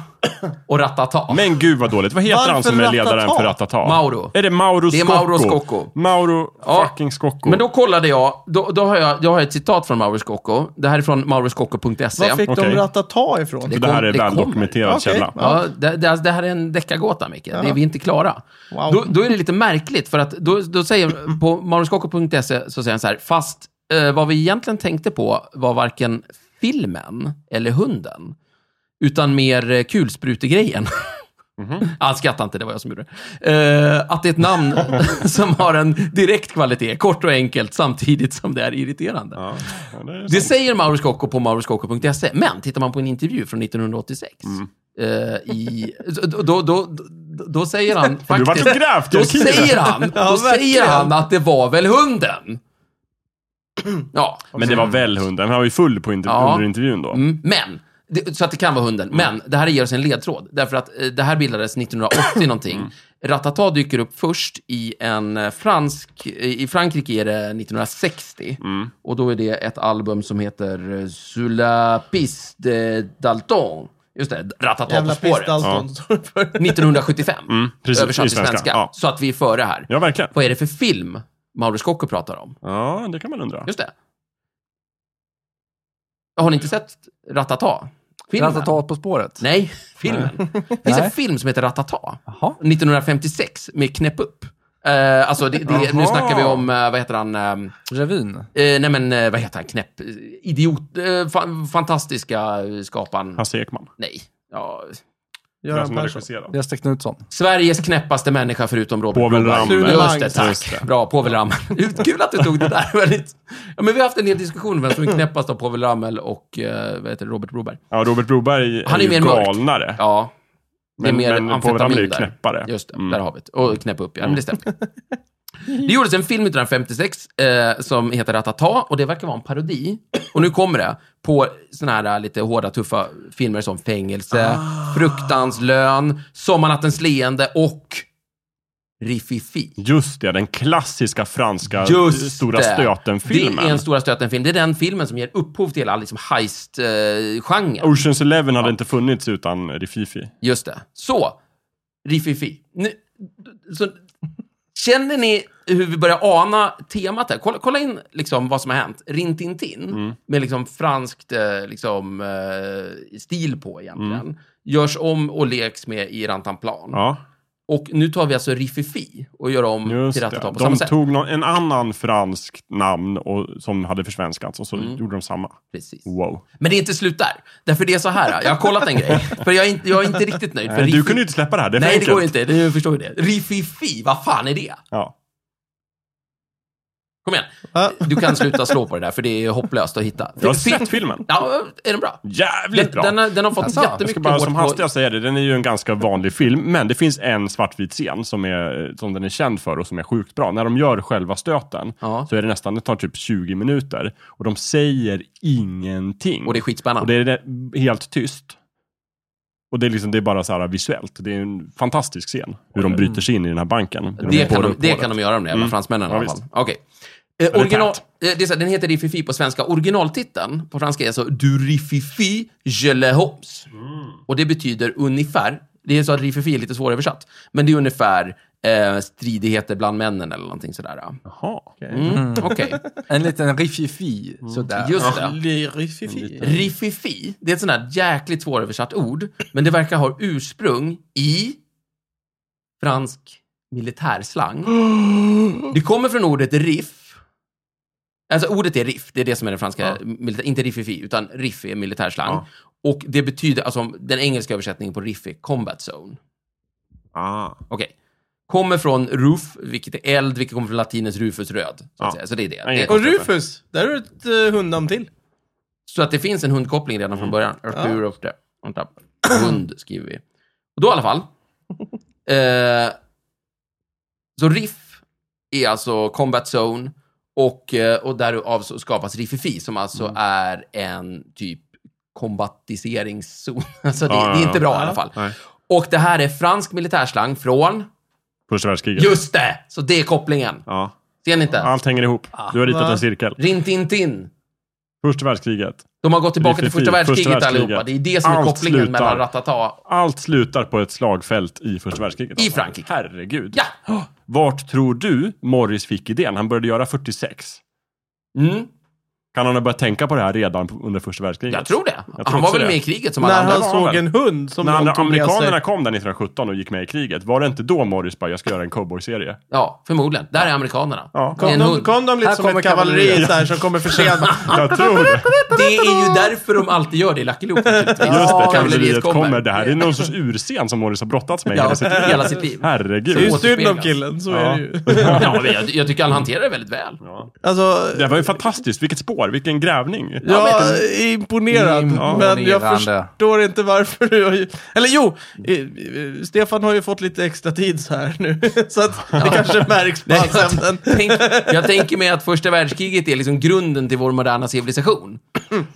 Speaker 2: och Ratata.
Speaker 4: Men gud vad dåligt. Vad heter
Speaker 1: Varför
Speaker 4: han som är ledaren
Speaker 1: Ratata?
Speaker 4: för Ratata?
Speaker 2: Mauro.
Speaker 4: Är det Mauro Scocco?
Speaker 2: Det är Mauro Scocco.
Speaker 4: Mauro
Speaker 2: Ja.
Speaker 4: fucking Scocco.
Speaker 2: Men då kollade jag, då, då har jag, jag har ett citat från Mauro Scocco. Det här är från mauroscocco.se.
Speaker 1: Var fick
Speaker 4: Okej.
Speaker 1: de Ratata ifrån?
Speaker 4: det här
Speaker 2: kom-
Speaker 4: är
Speaker 2: det
Speaker 4: väl
Speaker 2: kommer.
Speaker 4: dokumenterad
Speaker 1: Okej.
Speaker 4: källa.
Speaker 2: Ja, det, det, alltså, det här är en deckargåta, Micke. Det, vi är inte klara.
Speaker 1: Wow.
Speaker 2: Då, då är det lite märkligt, för att då, då säger, på mauroscocco.se så säger han så här, fast eh, vad vi egentligen tänkte på var varken filmen eller hunden, utan mer eh, kulsprutegrejen. Han skrattar inte, det var jag som gjorde det. Eh, att det är ett namn som har en direkt kvalitet, kort och enkelt, samtidigt som det är irriterande.
Speaker 4: Ja, ja, det är
Speaker 2: Det
Speaker 4: sant.
Speaker 2: säger Mauro Scocco på mauroscocco.se, men tittar man på en intervju från 1986,
Speaker 4: Mm.
Speaker 2: eh, i, då, då, då, då, då säger han
Speaker 4: du vart
Speaker 2: faktiskt...
Speaker 4: och grävt i
Speaker 2: Då
Speaker 4: arkivet.
Speaker 2: säger han,
Speaker 1: Ja,
Speaker 2: då säger
Speaker 1: verkligen.
Speaker 2: han att det var väl hunden. Ja,
Speaker 4: Men det var väl hunden. Han var ju full på interv-
Speaker 2: Ja.
Speaker 4: under intervjun då.
Speaker 2: mm, men. Det, så att det kan vara
Speaker 4: Mm.
Speaker 2: hunden. Men det här ger oss en ledtråd. Därför att eh, det här bildades 1980 någonting.
Speaker 4: Mm.
Speaker 2: Ratata dyker upp först i en eh, fransk... I Frankrike är det 1960.
Speaker 4: Mm.
Speaker 2: Och då är det ett album som heter eh, Sur la piste d'Alton. Just det, Ratata på
Speaker 1: Jävla
Speaker 2: spåret.
Speaker 1: Pistalton står det för.
Speaker 2: 1975.
Speaker 4: Mm, precis,
Speaker 2: översatt
Speaker 4: i
Speaker 2: till svenska.
Speaker 4: svenska, ja.
Speaker 2: Så att vi är före här.
Speaker 4: Ja, verkligen.
Speaker 2: Vad är det för film Mauro Scocco pratar om?
Speaker 4: Ja, det kan man undra.
Speaker 2: Just det. Har ni inte sett Ratata? Filmen?
Speaker 3: Ratata på spåret.
Speaker 2: Nej, filmen. Det finns en
Speaker 3: Nej.
Speaker 2: film som heter Ratata.
Speaker 3: Jaha.
Speaker 2: 1956 med Knäpp upp. Eh, alltså, det, det, nu
Speaker 4: Jaha.
Speaker 2: snackar vi om, eh, vad heter han? ehm,
Speaker 3: Revyn.
Speaker 2: Eh, nej men, eh, vad heter han? Knäpp? eh, Idiot? Eh, fa- fantastiska eh, skaparen?
Speaker 4: Hasse Ekman.
Speaker 2: Nej. Ja.
Speaker 4: Den
Speaker 1: Göran
Speaker 4: som har
Speaker 1: Persson.
Speaker 4: regisserat.
Speaker 3: Gösta Knutsson.
Speaker 2: Sveriges knäppaste människa förutom Robert
Speaker 4: Povel
Speaker 2: Broberg.
Speaker 4: Ramel.
Speaker 1: Sune
Speaker 2: Just det,
Speaker 1: Mangs.
Speaker 2: tack.
Speaker 4: Just det.
Speaker 2: Bra, Povel Ramel. Kul att du tog det där. Väldigt- ja, men vi har haft en hel diskussion om vem som är knäppast av Povel Ramel och eh, vad heter det, Robert Broberg.
Speaker 4: Ja, Robert Broberg
Speaker 2: Han är
Speaker 4: är ju
Speaker 2: mer mörk.
Speaker 4: galnare.
Speaker 2: Ja, det är
Speaker 4: Men-
Speaker 2: mer
Speaker 4: men Povel Ramel är
Speaker 2: amfetamin
Speaker 4: ju
Speaker 2: där.
Speaker 4: knäppare.
Speaker 2: Just det,
Speaker 4: Mm.
Speaker 2: där har vi det. Och knäppa upp, ja. Men det stämmer. Det gjordes en film 1956 eh, som heter Ratata och det verkar vara en parodi. Och nu kommer det. På såna här eh, lite hårda, tuffa filmer som Fängelse,
Speaker 4: Ah.
Speaker 2: Fruktanslön, Sommarnattens leende och Riffifi.
Speaker 4: Just det, den klassiska franska
Speaker 2: Just
Speaker 4: Stora
Speaker 2: det.
Speaker 4: Stöten-filmen.
Speaker 2: Det är en Stora Stöten-film. Det är den filmen som ger upphov till all liksom, heist-genren.
Speaker 4: Oceans Eleven hade inte funnits utan Rififi.
Speaker 2: Just det. Så, Riffifi. Nu, så, känner ni hur vi börjar ana temat här? Kolla, kolla in liksom vad som har hänt. Rintintin,
Speaker 4: Mm.
Speaker 2: med liksom franskt eh, liksom, eh, stil på egentligen, görs om och leks med i Rantanplan.
Speaker 4: Mm. Ja.
Speaker 2: Och nu tar vi alltså Riffifi och gör om
Speaker 4: Just
Speaker 2: till
Speaker 4: det.
Speaker 2: Ratata på
Speaker 4: De
Speaker 2: samma sätt.
Speaker 4: tog någon, en annan fransk namn och, som hade försvenskats och så
Speaker 2: Mm.
Speaker 4: gjorde de samma.
Speaker 2: Precis.
Speaker 4: Wow.
Speaker 2: Men det är inte slut där. Därför det är så här. Jag har kollat en grej. För jag är inte, jag är inte riktigt nöjd. För
Speaker 4: Nej, du
Speaker 2: Riffi-
Speaker 4: kunde ju inte släppa det här. Det är för
Speaker 2: Nej, det
Speaker 4: enkelt.
Speaker 2: går inte. Du förstår ju det. Riffifi, vad fan är det?
Speaker 4: Ja.
Speaker 2: Kom igen.
Speaker 1: Ja.
Speaker 2: Du kan sluta slå på det där, för det är hopplöst att hitta.
Speaker 4: Jag har sett filmen.
Speaker 2: Ja, är den bra?
Speaker 4: Jävligt
Speaker 2: Den,
Speaker 4: bra.
Speaker 2: den, har, den har fått
Speaker 3: Alltså,
Speaker 4: Jag ska
Speaker 2: jättemycket
Speaker 4: bara
Speaker 2: hårt
Speaker 4: som
Speaker 2: på-
Speaker 4: hastigast säga det, den är ju en ganska vanlig film, men det finns en svartvit scen som, är, som den är känd för och som är sjukt bra. När de gör själva stöten
Speaker 2: Ja.
Speaker 4: så är det nästan, det tar typ 20 minuter och de säger ingenting.
Speaker 2: Och det är skitspännande.
Speaker 4: Och det är det- helt tyst. Och det är, liksom, det är bara så här visuellt. Det är en fantastisk scen, hur de bryter sig in i den här banken. Hur
Speaker 2: Det kan,
Speaker 4: borrar
Speaker 2: de,
Speaker 4: upp
Speaker 2: det
Speaker 4: hålet.
Speaker 2: kan de göra om det, jävla
Speaker 4: Mm.
Speaker 2: fransmännen i
Speaker 4: Ja,
Speaker 2: alla fall.
Speaker 4: visst.
Speaker 2: Okej. Eh,
Speaker 4: är
Speaker 2: original, eh,
Speaker 4: tätt.
Speaker 2: det är så här, den heter Riffifi på svenska. Originaltiteln på franska är alltså Du Riffifi Je le Homs.
Speaker 4: Mm.
Speaker 2: Och det betyder ungefär, det är så att Riffifi är lite svåröversatt, men det är ungefär eh, stridigheter bland männen eller någonting sådär. ja.
Speaker 4: Jaha.
Speaker 2: Mm, Okej,
Speaker 3: En liten riffifi sådär.
Speaker 2: just det.
Speaker 1: Lirififi.
Speaker 2: Riffifi, det är ett sånt där jäkligt svåröversatt ord, men det verkar ha ursprung i fransk militärslang. Det kommer från ordet riff. Alltså ordet är riff, det är det som är den franska, milita- inte riffifi, utan riff är militärslang. Och det betyder, alltså den engelska översättningen på riff är combat zone.
Speaker 4: Ah.
Speaker 2: Okej. Kommer från roof, vilket är eld, vilket kommer från latinens rufus röd. Så, att
Speaker 4: Ja.
Speaker 2: säga. så det är det.
Speaker 4: Ja, ja.
Speaker 2: det
Speaker 1: Och Rufus, där har du ett eh, hundnamn till.
Speaker 2: Så att det finns en hundkoppling redan
Speaker 4: Mm.
Speaker 2: från början. Arthur och det. Vänta. Hund skriver vi. Och då i alla fall. Eh, så Riff är alltså Combat Zone och, eh, och därav så skapas Riffifi som alltså
Speaker 4: Mm.
Speaker 2: är en typ kombatiseringszon. Alltså det,
Speaker 4: Ja,
Speaker 2: det är
Speaker 4: ja,
Speaker 2: inte bra i
Speaker 1: ja.
Speaker 2: alla fall.
Speaker 4: Nej.
Speaker 2: Och det här är fransk militärslang från...
Speaker 4: Första världskriget.
Speaker 2: Just det! Så det är kopplingen.
Speaker 4: Ja.
Speaker 2: Ser ni inte?
Speaker 4: Allt hänger ihop. Du har ritat
Speaker 1: va?
Speaker 2: Ah.
Speaker 4: en cirkel.
Speaker 2: Rintintin.
Speaker 4: Första världskriget.
Speaker 2: De har gått tillbaka till
Speaker 4: Riffifi,
Speaker 2: första
Speaker 4: första
Speaker 2: världskriget,
Speaker 4: världskriget.
Speaker 2: allihopa. Det är det som är
Speaker 4: Allt
Speaker 2: kopplingen
Speaker 4: slutar.
Speaker 2: mellan Ratata
Speaker 4: Allt slutar på ett slagfält i första världskriget.
Speaker 2: I Frankrike.
Speaker 4: Herregud.
Speaker 2: Ja!
Speaker 4: Vart tror du Morris fick idén? Han började göra 46.
Speaker 2: Mm,
Speaker 4: Kan han ha börjat tänka på det här redan på- under första världskriget?
Speaker 2: jag tror det.
Speaker 4: tror
Speaker 2: han var
Speaker 4: också
Speaker 2: väl
Speaker 4: det.
Speaker 2: med i kriget som alla
Speaker 1: När
Speaker 2: andra.
Speaker 1: han
Speaker 4: var
Speaker 1: såg
Speaker 4: väl-
Speaker 1: en hund som
Speaker 4: När
Speaker 1: någon tog med
Speaker 4: amerikanerna
Speaker 1: sig.
Speaker 4: kom där 1917 och gick med i kriget, var det inte då Morris bara, jag ska göra en cowboyserie?
Speaker 2: Ja, förmodligen. Där är amerikanerna.
Speaker 4: Ja.
Speaker 2: Det är
Speaker 1: Kom
Speaker 2: en
Speaker 1: de,
Speaker 2: hund.
Speaker 1: kom de lite
Speaker 3: Här
Speaker 1: som
Speaker 3: kommer
Speaker 1: ett kavalleri
Speaker 3: kavalleriet.
Speaker 1: så här, som kommer för sent?
Speaker 4: Jag tror det.
Speaker 2: Det är ju därför de allalltid gör det i Lucky Luke naturligtvis.
Speaker 4: Just det,
Speaker 2: Ja,
Speaker 4: kavalleriet kommer. Det här är någon sorts urscen som Morris har brottats med
Speaker 2: Ja,
Speaker 4: hela sitt liv.
Speaker 2: hela sitt liv.
Speaker 1: Det är
Speaker 4: Herregud.
Speaker 1: ju synd om
Speaker 2: återspeglas.
Speaker 1: killen, så
Speaker 4: Ja.
Speaker 1: är det ju.
Speaker 2: Ja, men jag, jag tycker han hanterar det väldigt väl.
Speaker 1: Alltså,
Speaker 4: Det var ju fantastiskt. Vilket spår, vilken grävning.
Speaker 1: jag är eh, imponerad, men jag
Speaker 3: Imponerande.
Speaker 1: förstår inte varför du har... ju- Eller jo, eh, eh, Stefan har ju fått lite extra tid så här nu, så att det kanske märks på hans ämnen.
Speaker 2: Tänk, jag tänker mig att första världskriget är liksom grunden till vår moderna civilisation.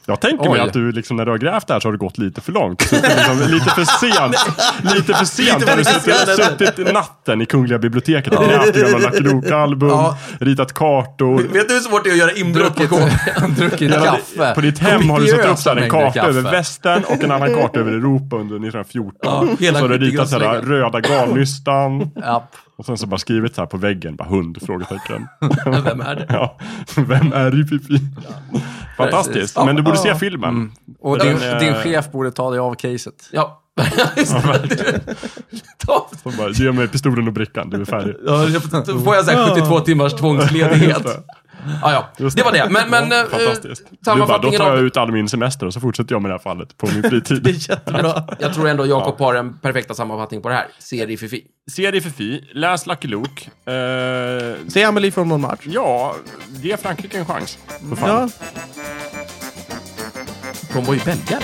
Speaker 4: Jag tänker mig
Speaker 2: Oj.
Speaker 4: att du, liksom, när du har grävt där så har du gått lite för långt. Så att du Liksom, lite för sent. Lite för sent har du suttit, suttit natten i Kungliga biblioteket och grävt i gamla Lucky Luke-album, ritat kartor.
Speaker 2: Vet du hur svårt det är att göra inbrott på gång?
Speaker 3: Druckit kaffe.
Speaker 4: På ditt hem har du satt upp
Speaker 3: Kopiösa
Speaker 4: så här en
Speaker 3: mängder
Speaker 4: karta
Speaker 3: kaffe.
Speaker 4: över västern och en annan karta över Europa under 1914.
Speaker 2: Ja, hela
Speaker 4: så har du ritat så här,
Speaker 2: skyttegransläggen.
Speaker 4: röda garnnystan.
Speaker 3: Japp.
Speaker 4: Och sen så bara skrivit så här på väggen, bara hund? Frågetecken.
Speaker 2: Vem är det?
Speaker 4: Ja, vem är Ripipi? Fantastiskt, men du borde se filmen.
Speaker 3: Och
Speaker 4: Den
Speaker 3: din,
Speaker 4: är-
Speaker 3: din chef borde ta dig av caset.
Speaker 2: Ja, just det. Ta-
Speaker 4: Och Bara, ge mig pistolen och brickan, du är färdig.
Speaker 1: Eh,
Speaker 2: Ja, då får jag så här 72 timmars tvångsledighet. Ja, ja.
Speaker 4: Just
Speaker 2: Det var det. Men, men eh,
Speaker 4: Fantastiskt. Du bara, då
Speaker 2: sammanfattningen
Speaker 4: tar jag
Speaker 2: av...
Speaker 4: ut all min semester och så fortsätter jag med det här fallet på min
Speaker 1: Det
Speaker 4: fritid.
Speaker 1: är jättebra.
Speaker 2: Jag tror ändå Jakob har den perfekta sammanfattningen på det här. Serie för fi.
Speaker 4: Se dig för fi, läs Lucky Luke. Eh,
Speaker 1: Se Amelie från någon match.
Speaker 4: ja, ge Frankrike en chans. För fan.
Speaker 1: Ja.
Speaker 2: De var ju belgare.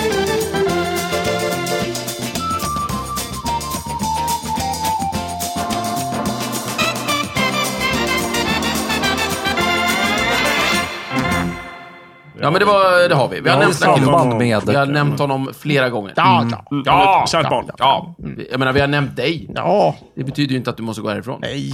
Speaker 5: Thank you.
Speaker 2: Ja, men det, var, det har vi. Vi har
Speaker 3: Ja,
Speaker 2: nämnt Lucky Luke.
Speaker 3: samband med...
Speaker 2: Vi har nämnt honom flera gånger. Ja, ja,
Speaker 4: Mm. Ja, kärt barn.
Speaker 2: ja. Jag menar, vi har nämnt dig.
Speaker 1: Ja,
Speaker 2: Det betyder ju inte att du måste gå härifrån.
Speaker 1: nej.